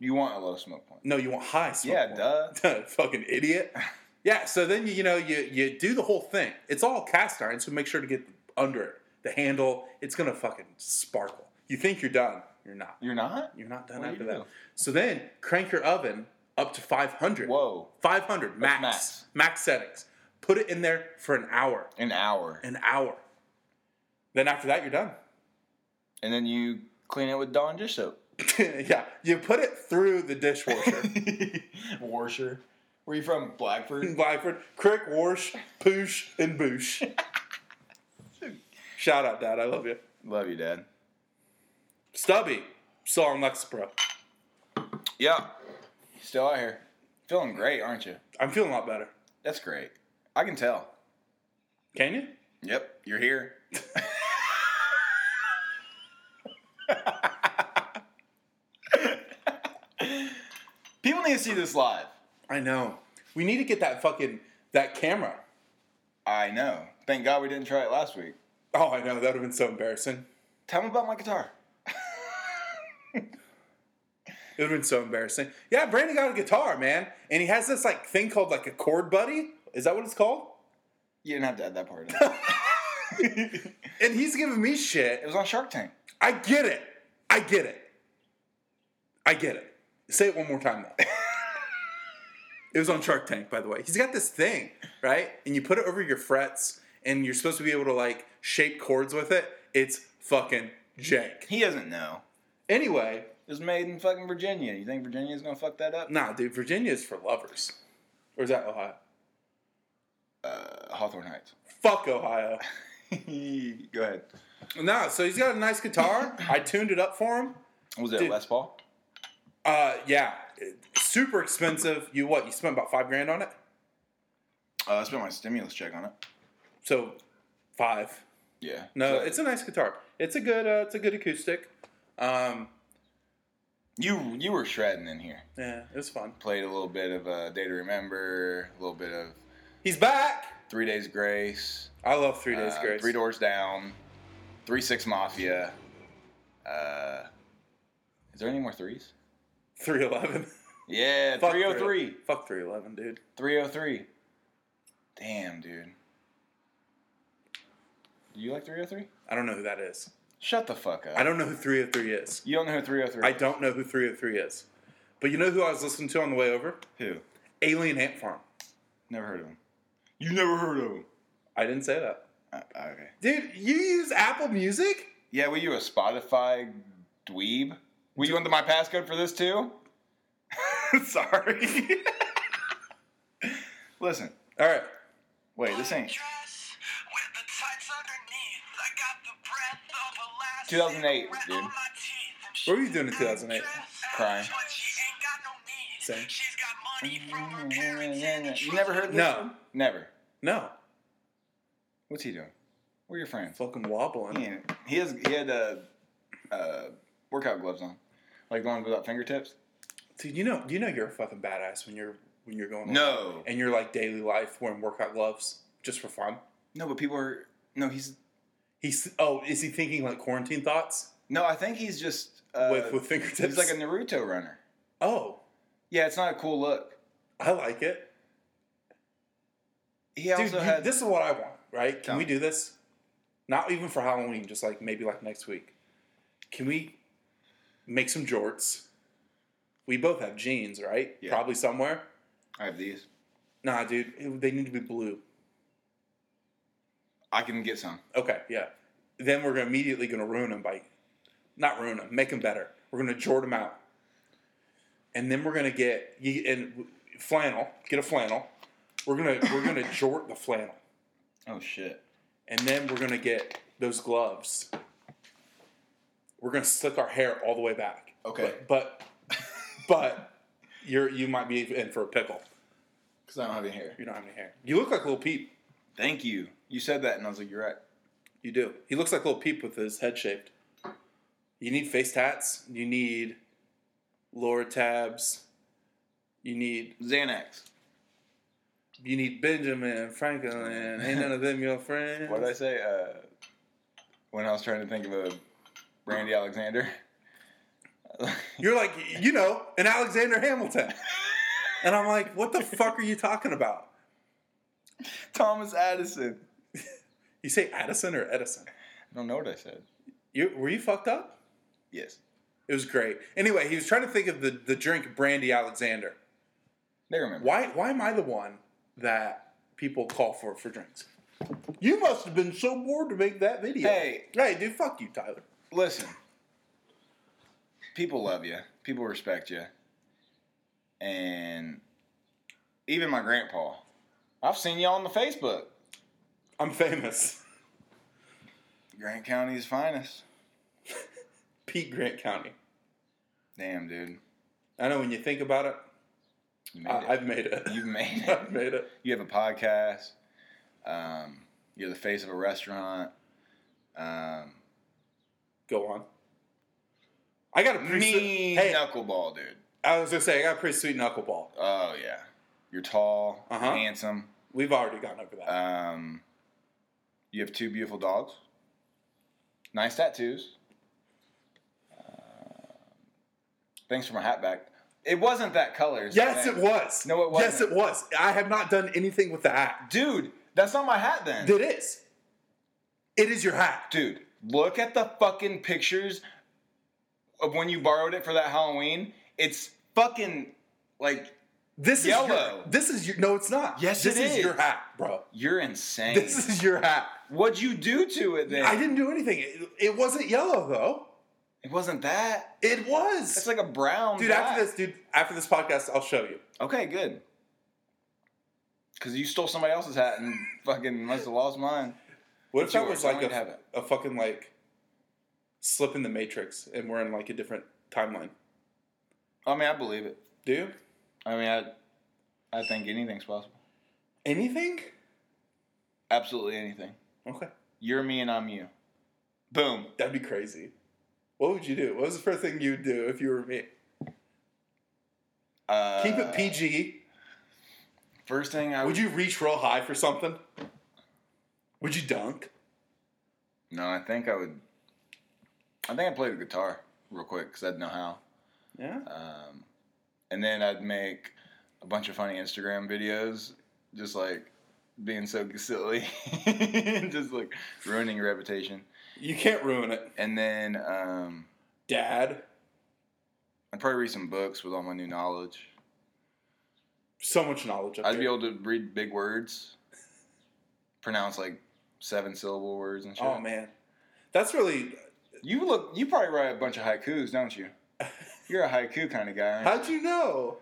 Speaker 1: You want a low smoke point.
Speaker 2: No, you want high smoke
Speaker 1: Yeah,
Speaker 2: point.
Speaker 1: duh.
Speaker 2: fucking idiot. Yeah, so then you you know you you do the whole thing. It's all cast iron, so make sure to get under it. the handle, it's gonna fucking sparkle. You think you're done, you're not.
Speaker 1: You're not?
Speaker 2: You're not done
Speaker 1: What do
Speaker 2: after
Speaker 1: you
Speaker 2: that.
Speaker 1: do?
Speaker 2: So then crank your oven up to 500.
Speaker 1: Whoa.
Speaker 2: 500 max, max
Speaker 1: max?
Speaker 2: settings. Put it in there for an hour.
Speaker 1: An hour.
Speaker 2: An hour. Then after that, you're done.
Speaker 1: And then you clean it with Dawn dish soap.
Speaker 2: yeah, you put it through the dishwasher.
Speaker 1: Warsher. Where you from? Blackford?
Speaker 2: Blackford, Crick, Warsh, Poosh, and Boosh. Shout out, Dad. I love you.
Speaker 1: Love you, Dad.
Speaker 2: Stubby, still on Lexapro.
Speaker 1: Yeah. Still out here. Feeling great, aren't you?
Speaker 2: I'm feeling a lot better.
Speaker 1: That's great. I can tell.
Speaker 2: Can you?
Speaker 1: Yep, you're here. People need to see this live.
Speaker 2: I know. We need to get that fucking that camera.
Speaker 1: I know. Thank God we didn't try it last week.
Speaker 2: Oh, I know. That would have been so embarrassing.
Speaker 1: Tell me about my guitar.
Speaker 2: It would have been so embarrassing. Yeah, Brandon got a guitar, man, and he has this like thing called like a chord buddy. Is that what it's called?
Speaker 1: You didn't have to add that part. in. it
Speaker 2: And he's giving me shit.
Speaker 1: was on Shark Tank.
Speaker 2: I get it. I get it. I get it. Say it one more time though. it was on Shark Tank, by the way. He's got this thing, right? And you put it over your frets, and you're supposed to be able to like shape chords with it. It's fucking jank.
Speaker 1: He doesn't know.
Speaker 2: Anyway,
Speaker 1: It was made in fucking Virginia. You think Virginia's gonna fuck that up?
Speaker 2: nah, dude, Virginia is for lovers. Or is that Ohio?
Speaker 1: Uh, Hawthorne Heights.
Speaker 2: Fuck Ohio.
Speaker 1: Go ahead.
Speaker 2: No, so he's got a nice guitar. I tuned it up for him.
Speaker 1: Was it
Speaker 2: Dude.
Speaker 1: Les Paul?
Speaker 2: Uh, yeah, super expensive. You what? You spent about five grand on it.
Speaker 1: Uh, I spent my stimulus check on it.
Speaker 2: So five.
Speaker 1: Yeah.
Speaker 2: No,
Speaker 1: So-
Speaker 2: it's a nice guitar. It's a good. Uh, it's a good acoustic. Um,
Speaker 1: You you were shredding in here.
Speaker 2: yeah, it was fun.
Speaker 1: Played a little bit of uh, Day to Remember, a little bit of
Speaker 2: He's back.
Speaker 1: Three Days Grace,
Speaker 2: I love Three Days
Speaker 1: uh,
Speaker 2: Grace.
Speaker 1: Three Doors Down, Three Six Mafia. Uh, is there any more threes?
Speaker 2: Three Eleven.
Speaker 1: Yeah, 303.
Speaker 2: Fuck oh Three Eleven, dude.
Speaker 1: 303. Damn, dude. Do you like 303?
Speaker 2: I don't know who that is.
Speaker 1: Shut the fuck up.
Speaker 2: I don't know who Three Hundred Three is.
Speaker 1: You don't know who 303
Speaker 2: I don't know who Three Hundred Three is. But you know who I was listening to on the way over?
Speaker 1: Who?
Speaker 2: Alien Ant Farm.
Speaker 1: Never heard of him. You never heard of him.
Speaker 2: I didn't say that.
Speaker 1: Uh, okay.
Speaker 2: Dude, you use Apple Music?
Speaker 1: Yeah, were you a Spotify dweeb? Were you under my passcode for this too? Sorry. Listen,
Speaker 2: All right.
Speaker 1: wait, this ain't.
Speaker 3: Dress with the tights underneath. I got the breath of a last
Speaker 1: 2008,
Speaker 3: cigarette
Speaker 1: dude.
Speaker 3: on my teeth.
Speaker 2: What were you doing in 2008?
Speaker 1: Crying.
Speaker 3: But she ain't got no
Speaker 2: Same.
Speaker 3: need. She's got money from her parents and a
Speaker 1: You never heard this?
Speaker 2: No,
Speaker 1: Never.
Speaker 2: no.
Speaker 1: What's he doing? We're your friends.
Speaker 2: Fucking wobbling.
Speaker 1: He, ain't- he has he had uh, uh, workout gloves on, like the ones without fingertips.
Speaker 2: Dude, you know, you know, you're a fucking badass when you're when you're going.
Speaker 1: No,
Speaker 2: And your like daily life wearing workout gloves just for fun.
Speaker 1: no, but people are no. He's
Speaker 2: He's oh, is he thinking like quarantine thoughts
Speaker 1: no. I think he's just uh,
Speaker 2: with with fingertips?
Speaker 1: he's like a Naruto runner.
Speaker 2: oh,
Speaker 1: Yeah, it's not a cool look.
Speaker 2: I like it,
Speaker 1: He also
Speaker 2: dude. you-
Speaker 1: had
Speaker 2: this is what I want, right? Can
Speaker 1: Tell
Speaker 2: we
Speaker 1: me.
Speaker 2: do this? Not even for Halloween, just like maybe like next week. Can we make some jorts? We both have jeans, right?
Speaker 1: Yeah.
Speaker 2: Probably somewhere.
Speaker 1: I have these.
Speaker 2: Nah, dude, it- they need to be blue.
Speaker 1: I can get some.
Speaker 2: Okay, yeah. Then we're gonna immediately gonna ruin them by, not ruin them, make them better. We're gonna jort them out, and then we're gonna get you and flannel. Get a flannel. We're gonna we're gonna jort the flannel,
Speaker 1: Oh shit.
Speaker 2: and then we're gonna get those gloves. We're gonna slick our hair all the way back.
Speaker 1: Okay.
Speaker 2: but but, but you're you might be in for a pickle.
Speaker 1: Because I don't have any hair.
Speaker 2: You don't have any hair. You look like little Peep.
Speaker 1: Thank you. You said that, and I was like, you're right.
Speaker 2: You do. He looks like little Peep with his head shaved. You need face tats. You need lower tabs. You need
Speaker 1: Xanax.
Speaker 2: you need Benjamin Franklin. Ain't none of them your friends.
Speaker 1: What did I say? Uh, when I was trying to think of a Randy Alexander.
Speaker 2: You're like you know an Alexander Hamilton, and I'm like, what the fuck are you talking about?
Speaker 1: Thomas Addison.
Speaker 2: You say Addison or Edison?
Speaker 1: I don't know what I said.
Speaker 2: You were you fucked up?
Speaker 1: Yes.
Speaker 2: It was great. Anyway, he was trying to think of the, the drink Brandy Alexander.
Speaker 1: They remember.
Speaker 2: Why why am I the one that people call for for drinks? You must have been so bored to make that video.
Speaker 1: Hey.
Speaker 2: hey, dude, fuck you, Tyler.
Speaker 1: Listen, people love you. People respect you. And even my grandpa, I've seen y'all on the Facebook.
Speaker 2: I'm famous.
Speaker 1: Grant County's finest.
Speaker 2: Pete Grant County.
Speaker 1: Damn, dude.
Speaker 2: I know when you think about it,
Speaker 1: You made
Speaker 2: I,
Speaker 1: it.
Speaker 2: I've made it.
Speaker 1: You've made it.
Speaker 2: I've made it.
Speaker 1: You have a podcast. Um, you're the face of a restaurant. Um,
Speaker 2: Go on. I got a pretty
Speaker 1: mean
Speaker 2: sweet. Hey,
Speaker 1: knuckleball, dude.
Speaker 2: I was gonna say I got a pretty sweet knuckleball.
Speaker 1: Oh yeah, you're tall,
Speaker 2: Uh-huh.
Speaker 1: handsome.
Speaker 2: We've already gone over that.
Speaker 1: Um, you have two beautiful dogs. Nice tattoos. Uh, thanks for my hat back. It wasn't that color. is the
Speaker 2: yes,
Speaker 1: thing.
Speaker 2: it was.
Speaker 1: No, it
Speaker 2: Yes,
Speaker 1: wasn't.
Speaker 2: it was. I have not done anything with the hat.
Speaker 1: Dude, that's not my hat then.
Speaker 2: It is. It is your hat.
Speaker 1: Dude, look at the fucking pictures of when you borrowed it for that Halloween. It's fucking like
Speaker 2: This is
Speaker 1: Yellow.
Speaker 2: Your, this is your. No, it's not.
Speaker 1: Yes,
Speaker 2: this
Speaker 1: it
Speaker 2: is
Speaker 1: is.
Speaker 2: your hat, bro.
Speaker 1: you're insane.
Speaker 2: This is your hat.
Speaker 1: What'd you do to it then?
Speaker 2: I didn't do anything. It, it wasn't yellow though.
Speaker 1: It wasn't that.
Speaker 2: It was.
Speaker 1: It's like a brown.
Speaker 2: dude,
Speaker 1: dot.
Speaker 2: after this, dude, after this podcast, I'll show you.
Speaker 1: Okay, good. Because you stole somebody else's hat and fucking must have lost mine.
Speaker 2: What if
Speaker 1: But you
Speaker 2: that
Speaker 1: were
Speaker 2: was like
Speaker 1: going to have
Speaker 2: a,
Speaker 1: it.
Speaker 2: a fucking like slip in the matrix and we're in like a different timeline?
Speaker 1: I mean, I believe it.
Speaker 2: Do you?
Speaker 1: I mean, I, I think anything's possible.
Speaker 2: Anything?
Speaker 1: Absolutely anything.
Speaker 2: Okay.
Speaker 1: You're me and I'm you. Boom.
Speaker 2: That'd be crazy. What would you do? What was the first thing you'd do if you were me?
Speaker 1: Uh,
Speaker 2: Keep it PG.
Speaker 1: First thing I would.
Speaker 2: Would you reach real high for something? Would you dunk?
Speaker 1: No, I think I would. I think I played the guitar real quick because I'd know how.
Speaker 2: Yeah.
Speaker 1: Um, and then I'd make a bunch of funny Instagram videos, just like being so silly, just like ruining your reputation.
Speaker 2: You can't ruin it.
Speaker 1: And then um,
Speaker 2: Dad,
Speaker 1: I'd probably read some books with all my new knowledge.
Speaker 2: so much knowledge. Up
Speaker 1: I'd
Speaker 2: there.
Speaker 1: be able to read big words, pronounce like seven syllable words and shit.
Speaker 2: Oh man, that's really.
Speaker 1: You look. You probably write a bunch of haikus, don't you? You're a haiku kind of guy. aren't you?
Speaker 2: How'd you know?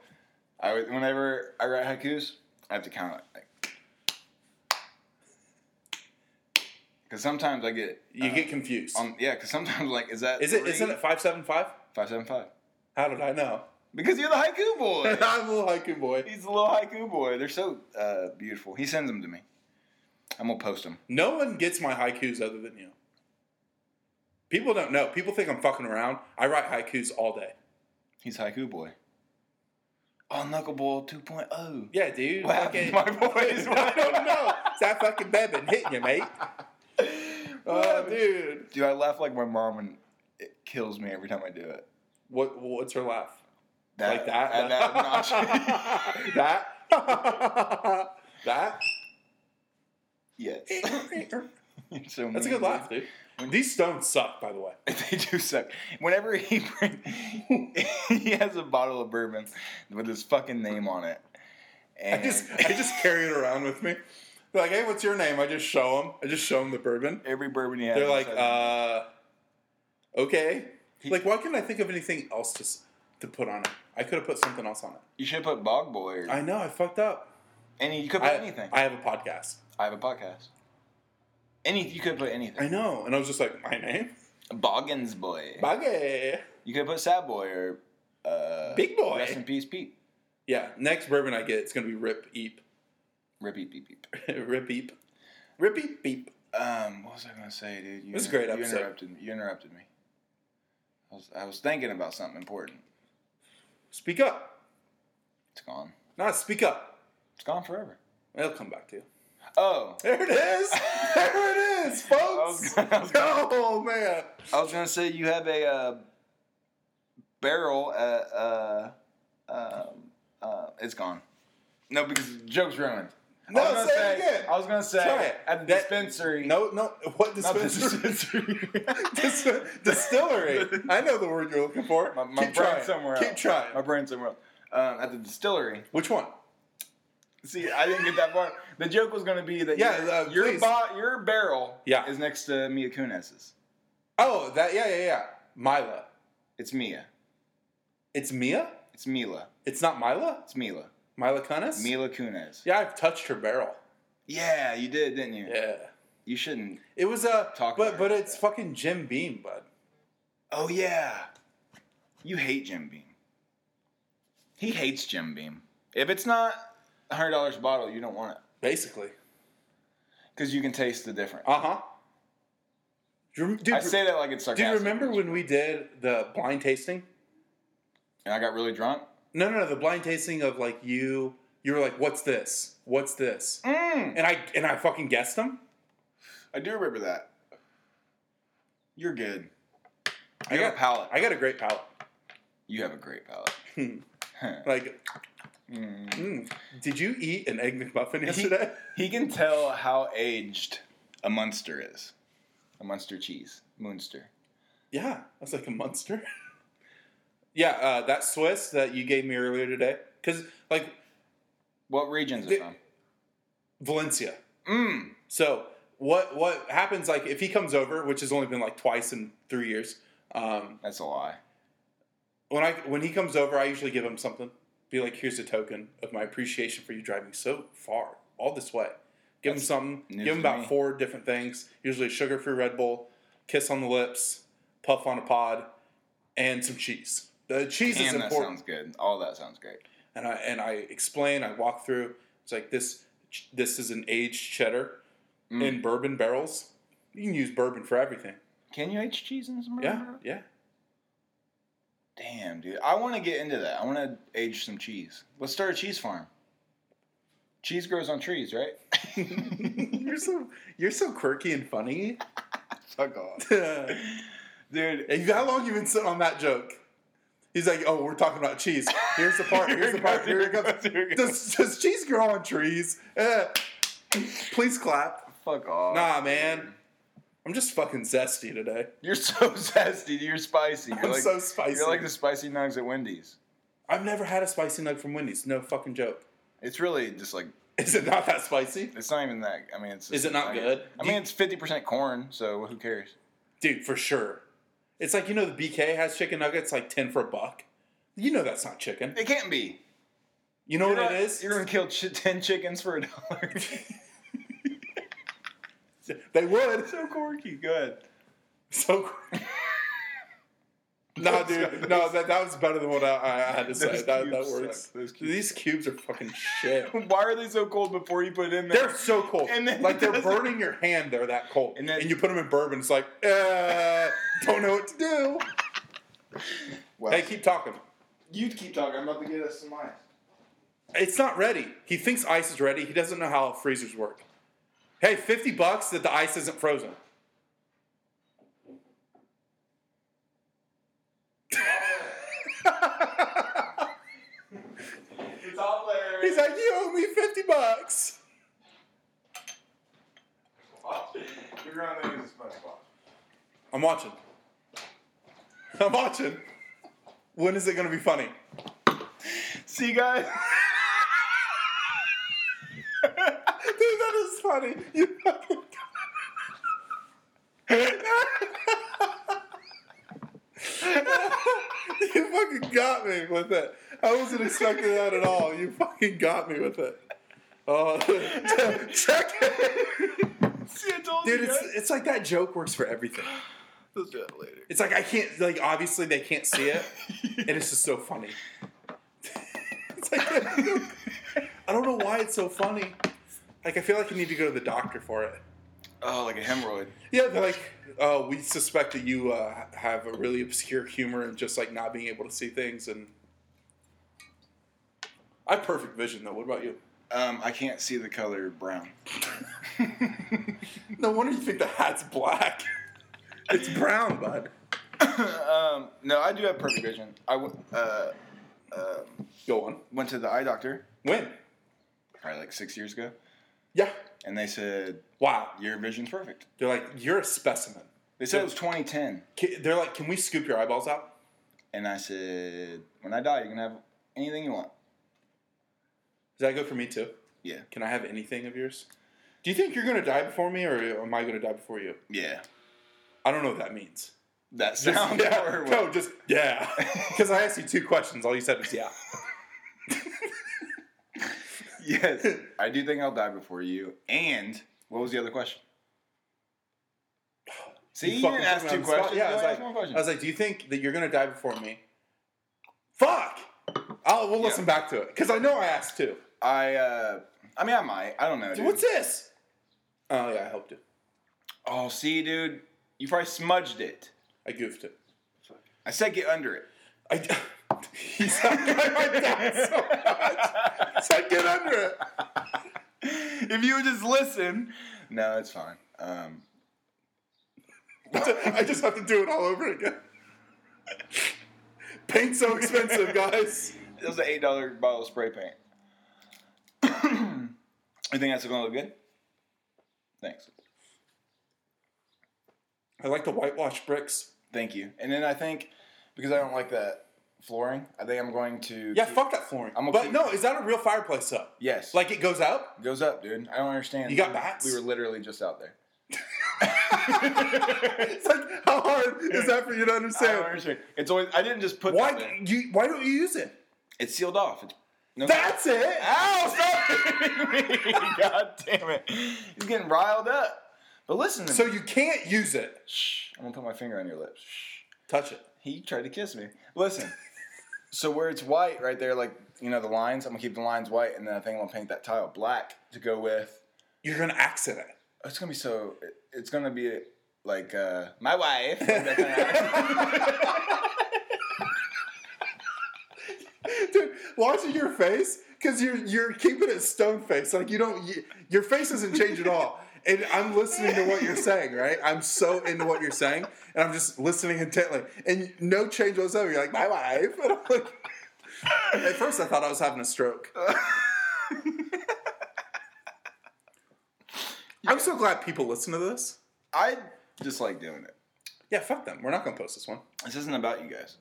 Speaker 1: I would, whenever I write haikus, I have to count it. Like, because sometimes I get
Speaker 2: You
Speaker 1: uh,
Speaker 2: get confused.
Speaker 1: on yeah. Because sometimes like is that
Speaker 2: Is it?
Speaker 1: three?
Speaker 2: Isn't it five seven five?
Speaker 1: five seven five?
Speaker 2: How did I know?
Speaker 1: Because you're the haiku boy.
Speaker 2: I'm a little hiking boy.
Speaker 1: He's the little haiku boy. They're so uh, beautiful. He sends them to me. I'm gonna post them.
Speaker 2: No one gets my haikus other than you. People don't know. People think I'm fucking around. I write haikus all day.
Speaker 1: He's haiku boy. Oh, Knuckleball oh. 2.0.
Speaker 2: Yeah, dude.
Speaker 1: What happened to my boys?
Speaker 2: I don't know. It's that fucking been hitting you, mate. Oh, dude.
Speaker 1: Dude, I laugh like my mom, and it kills me every time I do it.
Speaker 2: What? What's her laugh? like that?
Speaker 1: And that obnoxious.
Speaker 2: that? that?
Speaker 1: yes. You're so
Speaker 2: That's a
Speaker 1: mean,
Speaker 2: good laugh, dude. These stones suck, by the way.
Speaker 1: They do suck. Whenever he bring, he has a bottle of bourbon with his fucking name on it,
Speaker 2: I
Speaker 1: and
Speaker 2: just I just carry it around with me. They're like, hey, what's your name? I just show them. I just show them the bourbon.
Speaker 1: every bourbon he has,
Speaker 2: They're like,
Speaker 1: has-
Speaker 2: uh, okay.
Speaker 1: He-
Speaker 2: Like, why can't I think of anything else to s- to put on it? I could have put something else on it.
Speaker 1: "You should put Bog Boy." Or,
Speaker 2: I know I fucked up.
Speaker 1: any you could put
Speaker 2: I,
Speaker 1: anything. I,
Speaker 2: I have a podcast.
Speaker 1: have a podcast. Any you could put
Speaker 2: I
Speaker 1: anything.
Speaker 2: know, and I was just like, my name,
Speaker 1: Boggins Boy.
Speaker 2: Baggy,
Speaker 1: you could put Sad Boy or uh,
Speaker 2: Big Boy.
Speaker 1: Rest in peace, Pete.
Speaker 2: Yeah, next bourbon I get, it's gonna be Rip Eep,
Speaker 1: Rip eep eep eep.
Speaker 2: Rip Eep, Rip Eep Beep.
Speaker 1: Um, what was I gonna say, dude? You
Speaker 2: This is a great
Speaker 1: you
Speaker 2: episode.
Speaker 1: Interrupted, me- you interrupted me. I was I was thinking about something important.
Speaker 2: Speak up,
Speaker 1: It's gone.
Speaker 2: not speak up.
Speaker 1: It's gone forever.
Speaker 2: It'll come back to you.
Speaker 1: Oh,
Speaker 2: There it is. there it is, folks.
Speaker 1: I was gonna- I was
Speaker 2: oh man.
Speaker 1: I was gonna say you have a uh, barrel. Uh, uh, um uh, it's gone. No, because joke's ruined. I was
Speaker 2: No,
Speaker 1: gonna
Speaker 2: say it again.
Speaker 1: I was gonna say
Speaker 2: Try it.
Speaker 1: at the
Speaker 2: That-
Speaker 1: dispensary.
Speaker 2: No, no. What
Speaker 1: not the
Speaker 2: dispensary?
Speaker 1: dispensary.
Speaker 2: Dis- distillery. I know the word you're looking for.
Speaker 1: my my
Speaker 2: Keep
Speaker 1: brain
Speaker 2: trying.
Speaker 1: somewhere
Speaker 2: Keep
Speaker 1: else.
Speaker 2: trying.
Speaker 1: My brain somewhere else. Um, at the distillery.
Speaker 2: Which one?
Speaker 1: See, I didn't get that far. The joke was gonna be that
Speaker 2: Yeah,
Speaker 1: your
Speaker 2: uh,
Speaker 1: your,
Speaker 2: please.
Speaker 1: bo- your barrel
Speaker 2: Yeah.
Speaker 1: is next to Mia Kunis's.
Speaker 2: Oh, that. Yeah, yeah, yeah. Mila.
Speaker 1: It's Mia.
Speaker 2: It's Mia.
Speaker 1: It's Mila.
Speaker 2: It's not Mila.
Speaker 1: It's Mila.
Speaker 2: Mila Kunis.
Speaker 1: Mila Kunis.
Speaker 2: Yeah, I've touched her barrel.
Speaker 1: Yeah, you did, didn't you?
Speaker 2: Yeah.
Speaker 1: You shouldn't.
Speaker 2: It was a.
Speaker 1: Talk about
Speaker 2: but
Speaker 1: her.
Speaker 2: but it's fucking Jim Beam, bud.
Speaker 1: Oh yeah. You hate Jim Beam. He hates Jim Beam. If it's not hundred dollars a bottle, you don't want it
Speaker 2: Basically.
Speaker 1: because you can taste the difference.
Speaker 2: Uh huh. Dude,
Speaker 1: I say that like it's
Speaker 2: do
Speaker 1: sarcastic.
Speaker 2: you remember when we did the blind tasting?
Speaker 1: And I got really drunk.
Speaker 2: No, no, no. The blind tasting of like you. You were like, "What's this? What's this?"
Speaker 1: Mm,
Speaker 2: And I and I fucking guessed them.
Speaker 1: I do remember that. You're good.
Speaker 2: I
Speaker 1: You have a
Speaker 2: got
Speaker 1: palate.
Speaker 2: I got a great palate.
Speaker 1: You have a great palate.
Speaker 2: Hmm.
Speaker 1: Huh.
Speaker 2: Like,
Speaker 1: Mm.
Speaker 2: mm, did you eat an egg McMuffin yesterday?
Speaker 1: He can tell how aged a Munster is. A Munster cheese. Munster.
Speaker 2: yeah, I was like a monster. yeah, uh, that Swiss that you gave me earlier today, because like
Speaker 1: What region's
Speaker 2: The-
Speaker 1: it from?
Speaker 2: Valencia.
Speaker 1: Mm.
Speaker 2: So what what happens? Like if he comes over, which has only been like twice in three years. Um,
Speaker 1: That's a lie.
Speaker 2: when I when he comes over, I usually give him something. Be like, here's a token of my appreciation for you driving so far, all this way. Give him
Speaker 1: That's
Speaker 2: something.
Speaker 1: news
Speaker 2: Give him
Speaker 1: to
Speaker 2: about
Speaker 1: me.
Speaker 2: four different things. Usually sugar free Red Bull, kiss on the lips, puff on a pod, and some cheese. The cheese is
Speaker 1: And that
Speaker 2: important.
Speaker 1: sounds good. All that sounds great.
Speaker 2: and I and I explain. I walk through. It's like this. ch- This is an aged cheddar
Speaker 1: Mm.
Speaker 2: in bourbon barrels. You can use bourbon for everything.
Speaker 1: Can you age cheese in some
Speaker 2: Yeah, yeah.
Speaker 1: Damn, dude. I want to get into that. I want to age some cheese. Let's start a cheese farm. Cheese grows on trees, right?
Speaker 2: you're so you're so quirky and funny.
Speaker 1: Fuck off.
Speaker 2: Hey,
Speaker 1: Dude,
Speaker 2: How long you been sitting on that joke? He's like, oh, we're talking about cheese. Here's the part. Here's the part. Here it comes.
Speaker 1: Here it
Speaker 2: Does, does cheese grow on trees? Eh. Please clap.
Speaker 1: fuck off.
Speaker 2: Nah, man. I'm just fucking zesty today.
Speaker 1: You're so zesty. You're spicy. You're
Speaker 2: I'm
Speaker 1: like,
Speaker 2: so spicy.
Speaker 1: You're like the spicy nugs at Wendy's.
Speaker 2: I've never had a spicy nug from Wendy's. No fucking joke.
Speaker 1: It's really just like
Speaker 2: Is it not that spicy?
Speaker 1: it's not even that. I mean, it's.
Speaker 2: Is
Speaker 1: just-
Speaker 2: it not
Speaker 1: I-
Speaker 2: good?
Speaker 1: I mean, it's fifty percent corn, so who cares?
Speaker 2: Dude, for sure. It's like, you know, the BK has chicken nuggets like 10 for a buck. You know that's not chicken.
Speaker 1: It can't be.
Speaker 2: You know
Speaker 1: You're
Speaker 2: what
Speaker 1: not-
Speaker 2: it is?
Speaker 1: You're gonna kill ch- ten chickens for a dollar.
Speaker 2: They would.
Speaker 1: so quirky. Good.
Speaker 2: So. no, dude. No, that, that was better than what I, I had to say.
Speaker 1: Those
Speaker 2: That, that
Speaker 1: cubes
Speaker 2: works.
Speaker 1: suck. Those cubes
Speaker 2: These cubes are fucking shit.
Speaker 1: Why are they so cold before you put it in there?
Speaker 2: They're so cold.
Speaker 1: And then
Speaker 2: like
Speaker 1: it
Speaker 2: they're
Speaker 1: doesn't-
Speaker 2: burning your hand. They're that cold. And,
Speaker 1: And then-
Speaker 2: you put them in bourbon. It's like, uh, don't know what to do.
Speaker 1: Well,
Speaker 2: Hey, keep talking.
Speaker 1: you keep talking. I'm about to get us some ice.
Speaker 2: It's not ready. He thinks ice is ready. He doesn't know how freezers work. Hey, 50 bucks that the ice isn't frozen.
Speaker 1: It's all there.
Speaker 2: He's like, you owe me 50 bucks.
Speaker 1: You're on there as SpongeBob.
Speaker 2: I'm watching. I'm watching. When is it going to be funny?
Speaker 1: See, guys.
Speaker 2: Dude, that is funny. You fucking. you fucking got me with it. I wasn't expecting that at all. You fucking got me with it. Oh, check it.
Speaker 1: See, I told
Speaker 2: Dude,
Speaker 1: you
Speaker 2: it's,
Speaker 1: guys.
Speaker 2: it's like that joke works for everything.
Speaker 1: Let's do it later.
Speaker 2: It's like I can't, like, obviously they can't see it, and it's just so funny. it's like, I don't know why it's so funny. Like, I feel like I need to go to the doctor for it.
Speaker 1: Oh, like a hemorrhoid.
Speaker 2: Yeah, they're like, uh, we suspect that you uh, have a really obscure humor and just like not being able to see things. And I have perfect vision though. What about you?
Speaker 1: Um, I can't see the color brown.
Speaker 2: No wonder you think the hat's black. it's brown, bud.
Speaker 1: um, no, I do have perfect vision. I w- uh, um
Speaker 2: Go on.
Speaker 1: went to the eye doctor
Speaker 2: When?
Speaker 1: probably like six years ago,
Speaker 2: Yeah.
Speaker 1: and they said
Speaker 2: Wow.
Speaker 1: your vision's perfect.
Speaker 2: They're like, you're a specimen.
Speaker 1: They said it was 2010,
Speaker 2: Ca- They're like, can we scoop your eyeballs out?
Speaker 1: and I said, when I die, you can have anything you want.
Speaker 2: Does that go for me too?
Speaker 1: Yeah,
Speaker 2: Can I have anything of yours? Do you think you're going to die before me or am I going to die before you?
Speaker 1: yeah.
Speaker 2: I don't know what that means.
Speaker 1: That
Speaker 2: Just,
Speaker 1: sound
Speaker 2: yeah.
Speaker 1: horrible.
Speaker 2: No, just, yeah. Because I asked you two questions. All you said was, yeah.
Speaker 1: Yes, I do think I'll die before you. And what was the other question? See, you,
Speaker 2: fucking
Speaker 1: didn't ask two
Speaker 2: put me on the spot.
Speaker 1: questions.
Speaker 2: Yeah, I
Speaker 1: you
Speaker 2: was,
Speaker 1: only asked
Speaker 2: like,
Speaker 1: one
Speaker 2: I
Speaker 1: question.
Speaker 2: was like, do you think that you're going to die before me? Fuck! I'll, we'll listen back to it. Because I know I asked two.
Speaker 1: I, uh, I mean, I might. I don't know. Dude.
Speaker 2: What's this? Oh, yeah, I helped you.
Speaker 1: Oh, see, dude, you probably smudged it.
Speaker 2: I goofed it.
Speaker 1: I said get under it.
Speaker 2: I, he's like, I went down so much. He's like, get under it.
Speaker 1: If you would just listen. No, it's fine. Um,
Speaker 2: I just have to do it all over again. Paint's so expensive, guys.
Speaker 1: it was an eight dollar bottle of spray paint. you think that's gonna look good? Thanks.
Speaker 2: I like the whitewash bricks.
Speaker 1: Thank you. And then I think because I don't like that flooring, I think I'm going to
Speaker 2: Yeah,
Speaker 1: keep-
Speaker 2: fuck that flooring.
Speaker 1: I'm okay.
Speaker 2: But no, is that a real fireplace though?
Speaker 1: Yes.
Speaker 2: Like it goes out?
Speaker 1: goes up, dude. I don't understand.
Speaker 2: You got bats?
Speaker 1: We were literally just out there.
Speaker 2: it's like how hard is that for you to
Speaker 1: I don't
Speaker 2: understand?
Speaker 1: understand. It's always I didn't just put that
Speaker 2: Why
Speaker 1: there.
Speaker 2: you why don't you use it?
Speaker 1: It's sealed off. It's, no,
Speaker 2: That's it.
Speaker 1: Ow, stop hitting me. God damn it. He's getting riled up. But listen to
Speaker 2: So
Speaker 1: me.
Speaker 2: you can't use it.
Speaker 1: Shh. I'm gonna put my finger on your lips. Shh.
Speaker 2: Touch it.
Speaker 1: He tried to kiss me. Listen. so where it's white right there, like you know, the lines, I'm gonna keep the lines white and then I think I'm gonna paint that tile black to go with
Speaker 2: You're gonna accent it.
Speaker 1: it's gonna be so it- it's gonna be like uh my wife. like that kinda-
Speaker 2: Dude, watching your face, because you're you're keeping it stone face. Like you don't, you, your face doesn't change at all. And I'm listening to what you're saying, right? I'm so into what you're saying, and I'm just listening intently, and no change whatsoever. You're like my wife, and I'm like. At first, I thought I was having a stroke. I'm so glad people listen to this.
Speaker 1: I just like doing it.
Speaker 2: Yeah, fuck them. We're not gonna post this one.
Speaker 1: This isn't about you guys.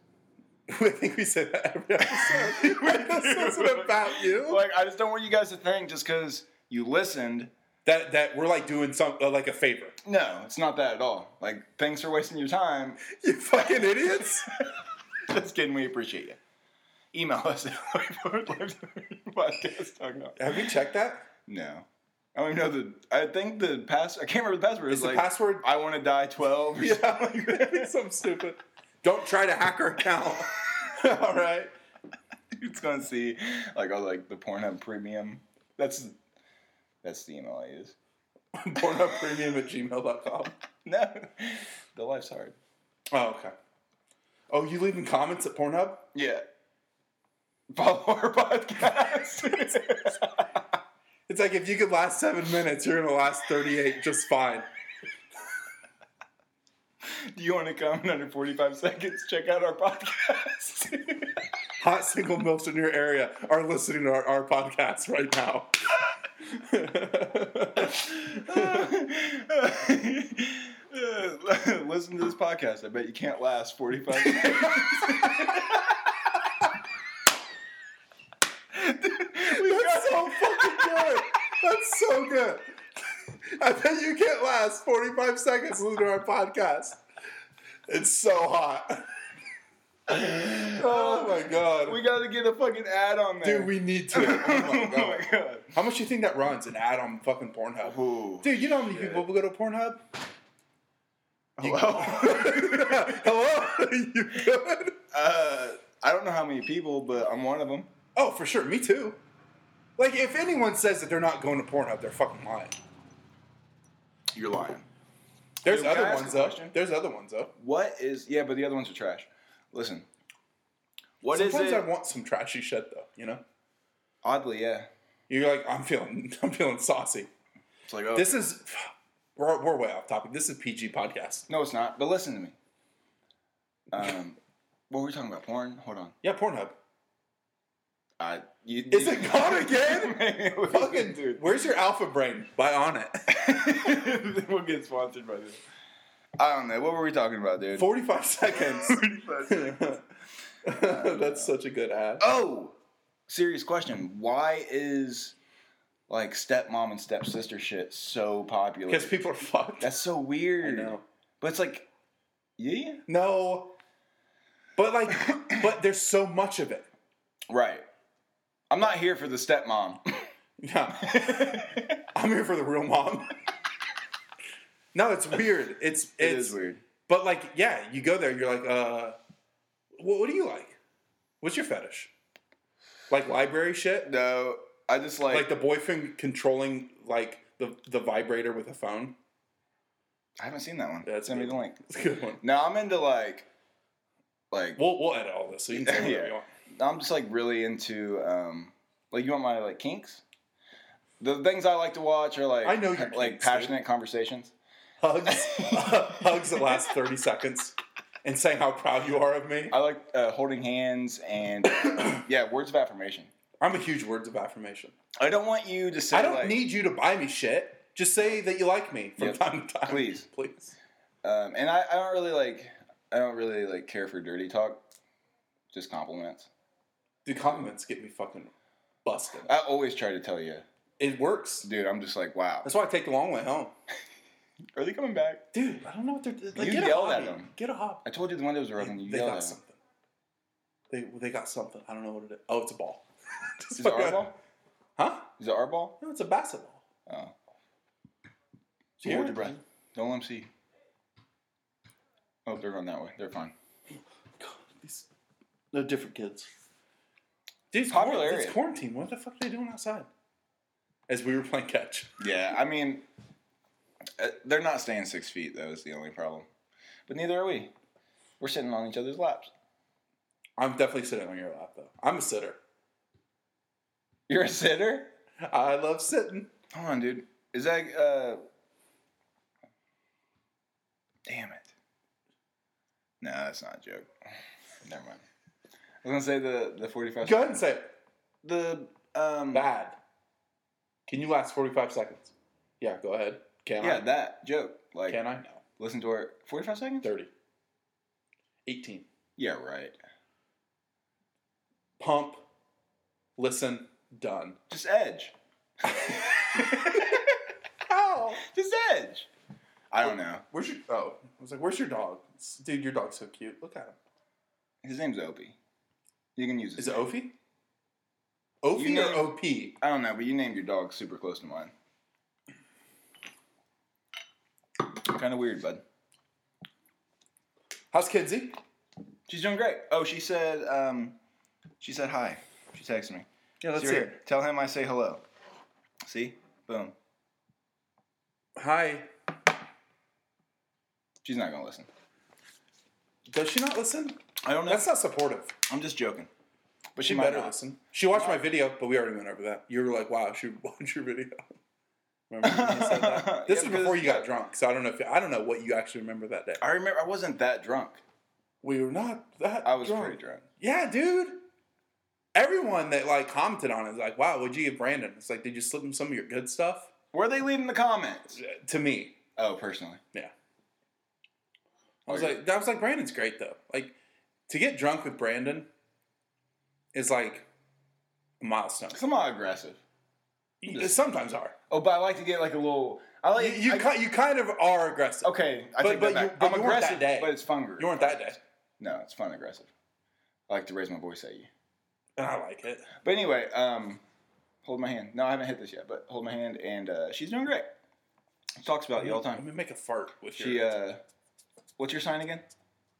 Speaker 2: I think we say that every episode. this isn't about you.
Speaker 1: Like I just don't want you guys to think just because you listened.
Speaker 2: that that we're like doing some uh, like a favor.
Speaker 1: No, it's not that at all. Like thanks for wasting your time.
Speaker 2: You fucking idiots!
Speaker 1: Just kidding. We appreciate you. Email us at podcast.com.
Speaker 2: Have we checked that?
Speaker 1: No. I don't even know the. I think the pass. I can't remember the password. It's
Speaker 2: the
Speaker 1: like
Speaker 2: password-
Speaker 1: I want to die twelve. Or
Speaker 2: Yeah,
Speaker 1: something.
Speaker 2: like that'd be something stupid. Don't try to hack our account. All right.
Speaker 1: It's gonna see like all like the Pornhub premium. That's that's the email I use.
Speaker 2: Pornhubpremium at gmail.com.
Speaker 1: No, the life's hard.
Speaker 2: Oh, okay. Oh, you leaving comments at Pornhub?
Speaker 1: Yeah. Follow our podcast.
Speaker 2: It's like if you could last seven minutes, you're gonna last 38 just fine.
Speaker 1: Do you want to come in under 45 seconds? Check out our podcast.
Speaker 2: Hot single milfs in your area are listening to our, our podcast right now.
Speaker 1: Listen to this podcast. I bet you can't last 45 seconds.
Speaker 2: That's so fucking good. That's so good. I bet you can't last 45 seconds listening to our podcast. It's so hot. Oh my god.
Speaker 1: We got to get a fucking ad on there.
Speaker 2: Dude, we need to. Oh my god.
Speaker 1: God.
Speaker 2: How much do you think that runs an ad on fucking Pornhub?
Speaker 1: Ooh.
Speaker 2: Dude, you know how many people go to Pornhub?
Speaker 1: Hello.
Speaker 2: Hello? you good?
Speaker 1: uh, I don't know how many people, but I'm one of them.
Speaker 2: Oh, for sure. Me too. Like, if anyone says that they're not going to Pornhub, they're fucking lying.
Speaker 1: You're lying.
Speaker 2: There's
Speaker 1: Dude, can I
Speaker 2: other
Speaker 1: ask
Speaker 2: ones
Speaker 1: a
Speaker 2: though.
Speaker 1: question?
Speaker 2: There's other ones though.
Speaker 1: What is? Yeah, but the other ones are trash. Listen, What is
Speaker 2: Sometimes
Speaker 1: it?
Speaker 2: I want some trashy shit though. You know,
Speaker 1: Oddly, yeah.
Speaker 2: you're like, I'm feeling, I'm feeling saucy.
Speaker 1: It's like oh,
Speaker 2: This is, we're, we're way off topic. This is PG podcast.
Speaker 1: no, it's not. But listen to me. Um, what were we talking about? Porn? Hold on.
Speaker 2: Yeah, Pornhub.
Speaker 1: I You,
Speaker 2: Is it gone again? Fucking
Speaker 1: dude.
Speaker 2: Where's your alpha brain? By on it.
Speaker 1: we'll get sponsored by this. I don't know. What were we talking about, dude?
Speaker 2: 45 seconds.
Speaker 1: 45
Speaker 2: That's such a good ad.
Speaker 1: Oh, serious question. Why is like stepmom and stepsister shit so popular?
Speaker 2: Because people are fucked.
Speaker 1: That's so
Speaker 2: I
Speaker 1: weird.
Speaker 2: know.
Speaker 1: But it's like, yeah,
Speaker 2: No. But like, but there's so much of it.
Speaker 1: right. I'm not here for the stepmom.
Speaker 2: Yeah. I'm here for the real mom. no, it's weird. It's it's
Speaker 1: it is weird.
Speaker 2: But like, yeah, you go there, you're like, uh, what, what do you like? What's your fetish? Like library shit?
Speaker 1: No, I just like,
Speaker 2: Like the boyfriend controlling like the the vibrator with a phone?
Speaker 1: I haven't seen that one.
Speaker 2: That's
Speaker 1: Send me
Speaker 2: good.
Speaker 1: the link.
Speaker 2: It's a good one.
Speaker 1: No, I'm into like, like
Speaker 2: We'll we'll edit all this so you can say whatever
Speaker 1: Yeah.
Speaker 2: you want.
Speaker 1: I'm just like really into um like you want my like kinks? The things I like to watch are like
Speaker 2: I know your
Speaker 1: like
Speaker 2: kinks, dude.
Speaker 1: passionate conversations.
Speaker 2: Hugs, hugs that last thirty seconds, and saying how proud you are of me.
Speaker 1: I like uh, holding hands and yeah, words of affirmation.
Speaker 2: I'm a huge words of affirmation.
Speaker 1: I don't want you to say
Speaker 2: I don't
Speaker 1: like,
Speaker 2: need you to buy me shit. Just say that you like me from
Speaker 1: Yep.
Speaker 2: time to time,
Speaker 1: Please.
Speaker 2: please.
Speaker 1: um, and I, I don't really like I don't really like care for dirty talk. Just compliments.
Speaker 2: Dude, compliments get me fucking busted.
Speaker 1: I always try to tell you,
Speaker 2: It works.
Speaker 1: dude, I'm just like, wow.
Speaker 2: That's why I take the long way home.
Speaker 1: Are they coming back?
Speaker 2: Dude, I don't know what they're like.
Speaker 1: You
Speaker 2: get
Speaker 1: yelled
Speaker 2: a
Speaker 1: at
Speaker 2: hobby.
Speaker 1: them.
Speaker 2: Get a hop.
Speaker 1: I told you the windows were
Speaker 2: They,
Speaker 1: open. You
Speaker 2: they
Speaker 1: yelled
Speaker 2: got
Speaker 1: at them.
Speaker 2: something. They they got something. I don't know what it is. Oh, it's a ball.
Speaker 1: Is it our ball?
Speaker 2: Huh?
Speaker 1: Is it our ball?
Speaker 2: No, it's a basketball.
Speaker 1: Oh.
Speaker 2: Did you
Speaker 1: Hold
Speaker 2: hear
Speaker 1: your breath.
Speaker 2: it?
Speaker 1: Don't let them see. Oh, they're going that way. They're fine.
Speaker 2: God, these they're different kids. Dude, it's,
Speaker 1: Popular
Speaker 2: quarant-
Speaker 1: area.
Speaker 2: it's quarantine. What the fuck are they doing outside? As we were playing catch.
Speaker 1: Yeah, I mean, uh, they're not staying six feet though. Is the only problem. But neither are we. We're sitting on each other's laps.
Speaker 2: I'm definitely sitting on your lap though. I'm a sitter.
Speaker 1: You're a sitter.
Speaker 2: I love sitting.
Speaker 1: Hold on, dude. Is that? uh Damn it. No, that's not a joke. Never mind. I was gonna say the the forty five.
Speaker 2: Go ahead and say it.
Speaker 1: The um.
Speaker 2: Bad. Can you last 45 seconds? Yeah, go ahead. Can
Speaker 1: Yeah,
Speaker 2: I?
Speaker 1: that joke. Like,
Speaker 2: Can I? No.
Speaker 1: listen to our forty five seconds.
Speaker 2: 30. 18.
Speaker 1: Yeah, right.
Speaker 2: Pump. Listen. Done.
Speaker 1: Just edge.
Speaker 2: Ow!
Speaker 1: Just edge. I don't know.
Speaker 2: Where's your oh? I was like, where's your dog? It's- Dude, your dog's so cute. Look at him.
Speaker 1: His name's Opie. You can use his
Speaker 2: Is it
Speaker 1: name.
Speaker 2: Opie? Opie
Speaker 1: You
Speaker 2: or
Speaker 1: know-
Speaker 2: OP?
Speaker 1: I don't know, but you named your dog super close to mine. Kind of weird, bud.
Speaker 2: How's Kinsey?
Speaker 1: She's doing great. Oh, she said, um, she said hi. She texted me.
Speaker 2: Yeah,
Speaker 1: See right here. Tell him I say hello. See? Boom.
Speaker 2: Hi.
Speaker 1: She's not gonna listen.
Speaker 2: Does she not listen?
Speaker 1: I don't know.
Speaker 2: That's not supportive.
Speaker 1: I'm just joking. But she,
Speaker 2: She
Speaker 1: might
Speaker 2: better
Speaker 1: not.
Speaker 2: listen. She watched my video, but we already went over that. You were like, wow, she watched your video. Remember when you said that?
Speaker 1: Yeah,
Speaker 2: This is
Speaker 1: because-
Speaker 2: before you got drunk, so I don't know if I don't know what you actually remember that day.
Speaker 1: I remember I wasn't that drunk.
Speaker 2: We were not that.
Speaker 1: I was
Speaker 2: drunk.
Speaker 1: pretty drunk.
Speaker 2: Yeah, dude. Everyone that like commented on it is like, "Wow, what'd you give Brandon?" It's like, did you slip him some of your good stuff?
Speaker 1: Where are they leaving the comments?
Speaker 2: Uh, To me,
Speaker 1: Oh, personally.
Speaker 2: yeah. I was like, that was like Brandon's great though. Like to get drunk with Brandon is like a milestone.
Speaker 1: Some odd aggressive.
Speaker 2: Sometimes are
Speaker 1: Oh, but I like to get like a little. I
Speaker 2: you
Speaker 1: like
Speaker 2: you,
Speaker 1: I-
Speaker 2: ki- you kind of are aggressive.
Speaker 1: Okay, I
Speaker 2: But-
Speaker 1: take
Speaker 2: but
Speaker 1: that back.
Speaker 2: you- but
Speaker 1: I'm
Speaker 2: you weren't that
Speaker 1: aggressive,
Speaker 2: day.
Speaker 1: but it's fun.
Speaker 2: You weren't that day,
Speaker 1: No, it's fun aggressive. I like to raise my voice at you.
Speaker 2: and I like it.
Speaker 1: But anyway, um, hold my hand. No, I haven't hit this yet, but hold my hand, and uh, she's doing great. She talks about you all the
Speaker 2: Let
Speaker 1: time.
Speaker 2: me make a fart with
Speaker 1: She,
Speaker 2: your.
Speaker 1: uh, what's your sign again?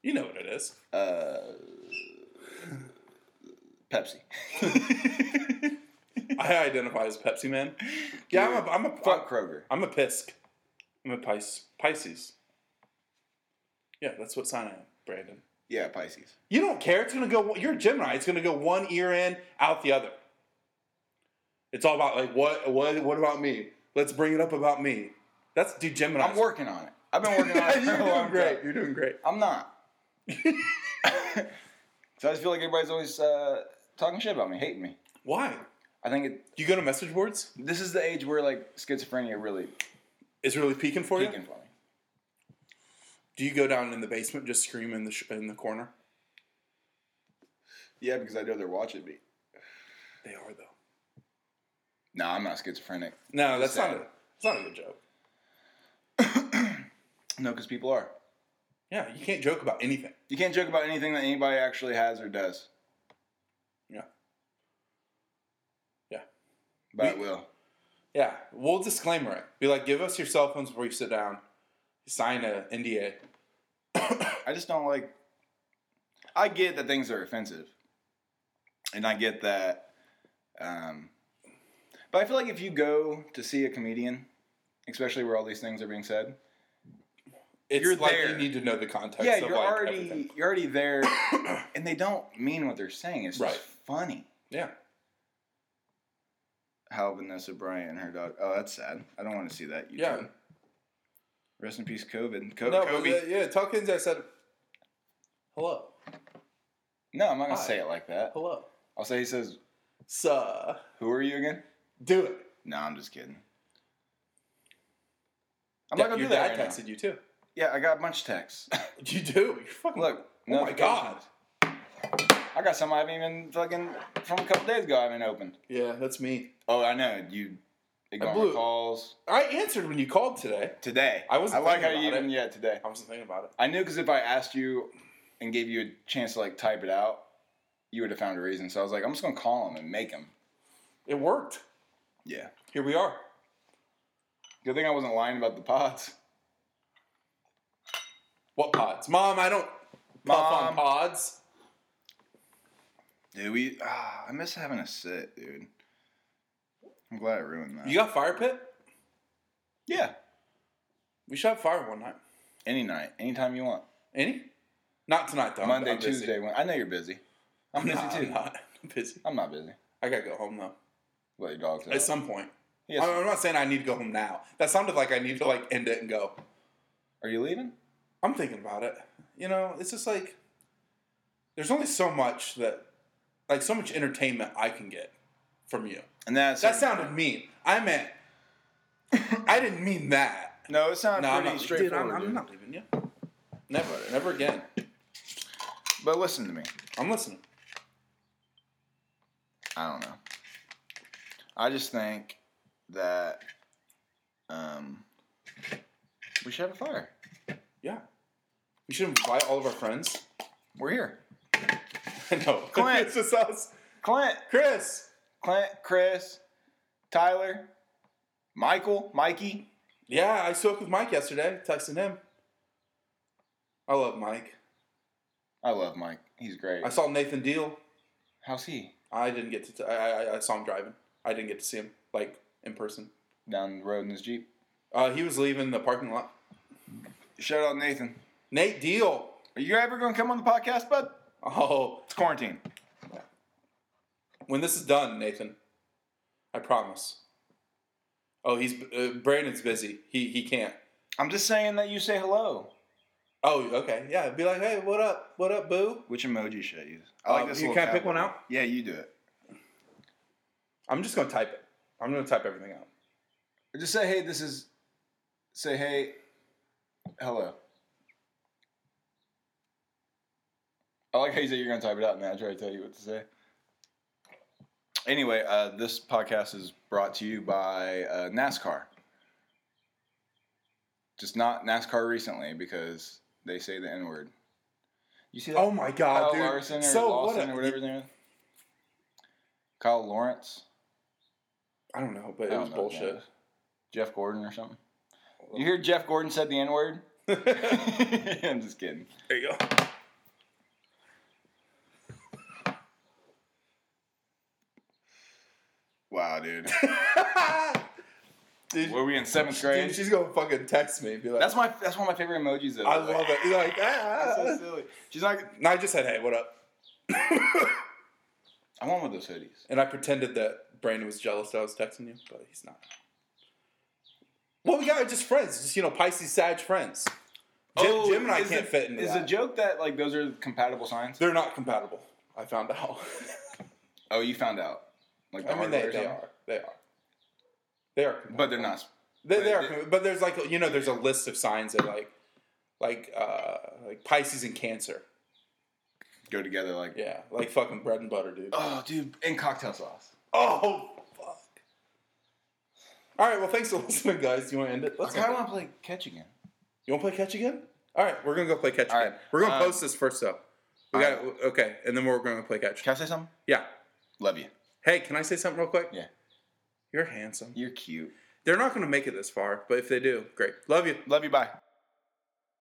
Speaker 2: you know what it is.
Speaker 1: Uh, Pepsi.
Speaker 2: I identify as Pepsi Man. Yeah, I'm a, I'm a
Speaker 1: Fuck Kroger.
Speaker 2: I'm a Pisc. I'm a Pis- Pisces. Yeah, that's what sign I am, Brandon.
Speaker 1: Yeah, Pisces.
Speaker 2: You don't care. It's gonna go. You're a Gemini. It's gonna go one ear in, out the other. It's all about like what what what about me? Let's bring it up about me. That's dude Gemini.
Speaker 1: I'm working on it. I've been working on
Speaker 2: Yeah,
Speaker 1: it. Oh, for a
Speaker 2: you're
Speaker 1: long
Speaker 2: doing great.
Speaker 1: time.
Speaker 2: You're doing great.
Speaker 1: I'm not. so I just feel like everybody's always uh, talking shit about me, hating me.
Speaker 2: Why?
Speaker 1: I think it,
Speaker 2: You go to message boards?
Speaker 1: this is the age where like schizophrenia really
Speaker 2: It's really peaking for you.
Speaker 1: peaking for me.
Speaker 2: Do you go down in the basement, just scream in the sh- in the corner?
Speaker 1: Yeah, because I know they're watching me.
Speaker 2: They are though.
Speaker 1: No, I'm not schizophrenic.
Speaker 2: No, that's
Speaker 1: Sad.
Speaker 2: not a that's not a good joke.
Speaker 1: No, because people are.
Speaker 2: Yeah, you can't joke about anything.
Speaker 1: You can't joke about anything that anybody actually has or does,
Speaker 2: Yeah,
Speaker 1: but it
Speaker 2: We-
Speaker 1: will.
Speaker 2: yeah. We'll disclaimer it. Be like, give us your cell phones before you sit down. Sign a NDA.
Speaker 1: I just don't like. I get that things are offensive, and I get that, um, but I feel like if you go to see a comedian, especially where all these things are being said,
Speaker 2: It's
Speaker 1: You're
Speaker 2: like
Speaker 1: there.
Speaker 2: you need to know the context.
Speaker 1: yeah,
Speaker 2: of
Speaker 1: you're
Speaker 2: like
Speaker 1: already
Speaker 2: everything.
Speaker 1: you're already there, and they don't mean what they're saying. It's
Speaker 2: Right.
Speaker 1: just funny.
Speaker 2: Yeah,
Speaker 1: How Vanessa Bryant and her dog. Oh, that's sad. I don't want to see that. You
Speaker 2: yeah.
Speaker 1: two. Rest in peace, COVID. Co-
Speaker 2: no,
Speaker 1: Kobe.
Speaker 2: but uh, yeah. Tell kids I said, hello,
Speaker 1: no, I'm not gonna
Speaker 2: Hi.
Speaker 1: say it like that.
Speaker 2: hello,
Speaker 1: I'll say he says,
Speaker 2: sir.
Speaker 1: "Who are you again?"
Speaker 2: Do it.
Speaker 1: No, I'm just kidding. I'm
Speaker 2: Yeah,
Speaker 1: not gonna
Speaker 2: your
Speaker 1: do that.
Speaker 2: dad
Speaker 1: right now.
Speaker 2: texted you too.
Speaker 1: Yeah, I got a bunch of texts.
Speaker 2: You do. You're fucking
Speaker 1: Look,
Speaker 2: Oh my god.
Speaker 1: notifications. I got some I haven't even fucking from a couple days ago. I haven't opened.
Speaker 2: Yeah, that's me.
Speaker 1: Oh, I know you. Ignore
Speaker 2: blew
Speaker 1: my
Speaker 2: it.
Speaker 1: calls
Speaker 2: I answered when you called today.
Speaker 1: today.
Speaker 2: I wasn't
Speaker 1: I like how
Speaker 2: thinking
Speaker 1: you
Speaker 2: about
Speaker 1: even yeah today.
Speaker 2: I wasn't thinking about it.
Speaker 1: I knew because if I asked you and gave you a chance to like type it out, you would have found a reason. So I was like, I'm just gonna call him and make him.
Speaker 2: It worked.
Speaker 1: Yeah.
Speaker 2: Here we are.
Speaker 1: Good thing I wasn't lying about the pods.
Speaker 2: What pods? Mom, I don't puff on
Speaker 1: Mom.
Speaker 2: pods.
Speaker 1: Dude, we ah, I miss having a sit, dude. I'm glad I ruined that.
Speaker 2: You got fire pit?
Speaker 1: yeah.
Speaker 2: We should have fire one night.
Speaker 1: Any night, anytime you want.
Speaker 2: Any? Not tonight though. I'm-
Speaker 1: Monday,
Speaker 2: I'm busy.
Speaker 1: Tuesday. When, I know you're busy. I'm
Speaker 2: Nah,
Speaker 1: busy
Speaker 2: I'm
Speaker 1: too.
Speaker 2: not. I'm busy.
Speaker 1: I'm not busy.
Speaker 2: I gotta go home though.
Speaker 1: Let your dogs out.
Speaker 2: At some point.
Speaker 1: Yes.
Speaker 2: I'm I'm not saying I need to go home now. That sounded like I need to like end it and go.
Speaker 1: Are you leaving?
Speaker 2: I'm thinking about it. You know, it's just like there's only so much that like so much entertainment I can get from you.
Speaker 1: And that's
Speaker 2: That sounded mean. I meant I didn't mean that.
Speaker 1: no. It sounded
Speaker 2: No, I'm
Speaker 1: pretty
Speaker 2: not, dude, I'm,
Speaker 1: straightforward.
Speaker 2: I'm
Speaker 1: dude.
Speaker 2: not leaving you. Never, never again.
Speaker 1: But listen to me.
Speaker 2: I'm listening.
Speaker 1: I don't know. I just think that um, we should have a fire.
Speaker 2: Yeah, we should invite all of our friends.
Speaker 1: We're here.
Speaker 2: no,
Speaker 1: Clint.
Speaker 2: it's just us.
Speaker 1: Clint,
Speaker 2: Chris.
Speaker 1: Clint, Chris, Tyler, Michael, Mikey.
Speaker 2: Yeah, I spoke with Mike yesterday, texting him. I love Mike.
Speaker 1: I love Mike. He's great.
Speaker 2: I saw Nathan Deal.
Speaker 1: How's he
Speaker 2: I didn't get to. T- I, I I saw him driving. I didn't get to see him like in person.
Speaker 1: down the road in his jeep?
Speaker 2: Uh, he was leaving the parking lot.
Speaker 1: Shout out Nathan.
Speaker 2: Nate Deal.
Speaker 1: Are you ever going to come on the podcast, bud?
Speaker 2: Oh,
Speaker 1: It's quarantine.
Speaker 2: When this is done, Nathan, I promise. Oh, he's uh, Brandon's busy. He he can't.
Speaker 1: I'm just saying that you say hello.
Speaker 2: Oh, okay, yeah. Be like, hey, what up? What up, boo?
Speaker 1: Which emoji should I use? I
Speaker 2: Uh,
Speaker 1: like this.
Speaker 2: you
Speaker 1: little
Speaker 2: can't pick
Speaker 1: cowboy.
Speaker 2: one out?
Speaker 1: Yeah, you do it.
Speaker 2: I'm just gonna type it. I'm gonna type everything out.
Speaker 1: Or just say, hey, this is. Say, hey, hello. I like how you say you're going to type it out, and then I try to tell you what to say. Anyway, uh, this podcast is brought to you by uh, NASCAR. Just not NASCAR recently because they say the N word. You see that?
Speaker 2: Oh my
Speaker 1: Kyle
Speaker 2: god, dude.
Speaker 1: Larson or
Speaker 2: so
Speaker 1: Lawson
Speaker 2: what? A,
Speaker 1: or whatever his name is. Kyle Lawrence.
Speaker 2: I don't know, but
Speaker 1: I
Speaker 2: it
Speaker 1: don't
Speaker 2: was
Speaker 1: know what that
Speaker 2: bullshit.
Speaker 1: is. Jeff Gordon or something. You hear Jeff Gordon said the N word?
Speaker 2: there
Speaker 1: I'm just kidding.
Speaker 2: you go.
Speaker 1: Wow, dude.
Speaker 2: dude,
Speaker 1: Were we in seventh
Speaker 2: dude,
Speaker 1: grade?
Speaker 2: she's gonna fucking text me. and Be like,
Speaker 1: That's my that's one of my favorite emojis though.
Speaker 2: I love it. You're like,
Speaker 1: That's so
Speaker 2: ah.
Speaker 1: silly. She's not.
Speaker 2: No, I just said, hey, what up?
Speaker 1: I want one of those hoodies.
Speaker 2: And I pretended that Brandon was jealous that I was texting you, but he's not. Well, we got just friends, just you know, Pisces Sag friends. Jim, Jim and I
Speaker 1: Oh, is
Speaker 2: can't
Speaker 1: it-
Speaker 2: fit into
Speaker 1: Is
Speaker 2: that.
Speaker 1: a joke that like those are compatible signs?
Speaker 2: They're not compatible. I found out.
Speaker 1: Oh, you found out. Like the
Speaker 2: I mean, they,
Speaker 1: hardware or
Speaker 2: they
Speaker 1: something?
Speaker 2: are. They are. They are.
Speaker 1: But they're not.
Speaker 2: They, they
Speaker 1: But
Speaker 2: are,
Speaker 1: they-
Speaker 2: com- but there's like you know there's a list of signs that like like uh like Pisces and Cancer.
Speaker 1: Go together like.
Speaker 2: Yeah, like fucking bread and butter, dude.
Speaker 1: Oh, dude, and cocktail sauce.
Speaker 2: Oh fuck! All right, well thanks for listening, guys. You want to end it?
Speaker 1: I
Speaker 2: Let's
Speaker 1: kind
Speaker 2: end
Speaker 1: of
Speaker 2: it.
Speaker 1: want to play catch again.
Speaker 2: You want to play catch again? All right, we're gonna go play catch
Speaker 1: All
Speaker 2: again.
Speaker 1: right,
Speaker 2: We're gonna
Speaker 1: um,
Speaker 2: post this first though. We
Speaker 1: all
Speaker 2: got it. okay, and then we're gonna play catch.
Speaker 1: Can I say something?
Speaker 2: Yeah.
Speaker 1: Love you.
Speaker 2: Hey, can I say something real quick?
Speaker 1: Yeah.
Speaker 2: You're handsome.
Speaker 1: You're cute.
Speaker 2: They're not gonna make it this far, but if they do, great. Love you.
Speaker 1: Love you. Bye.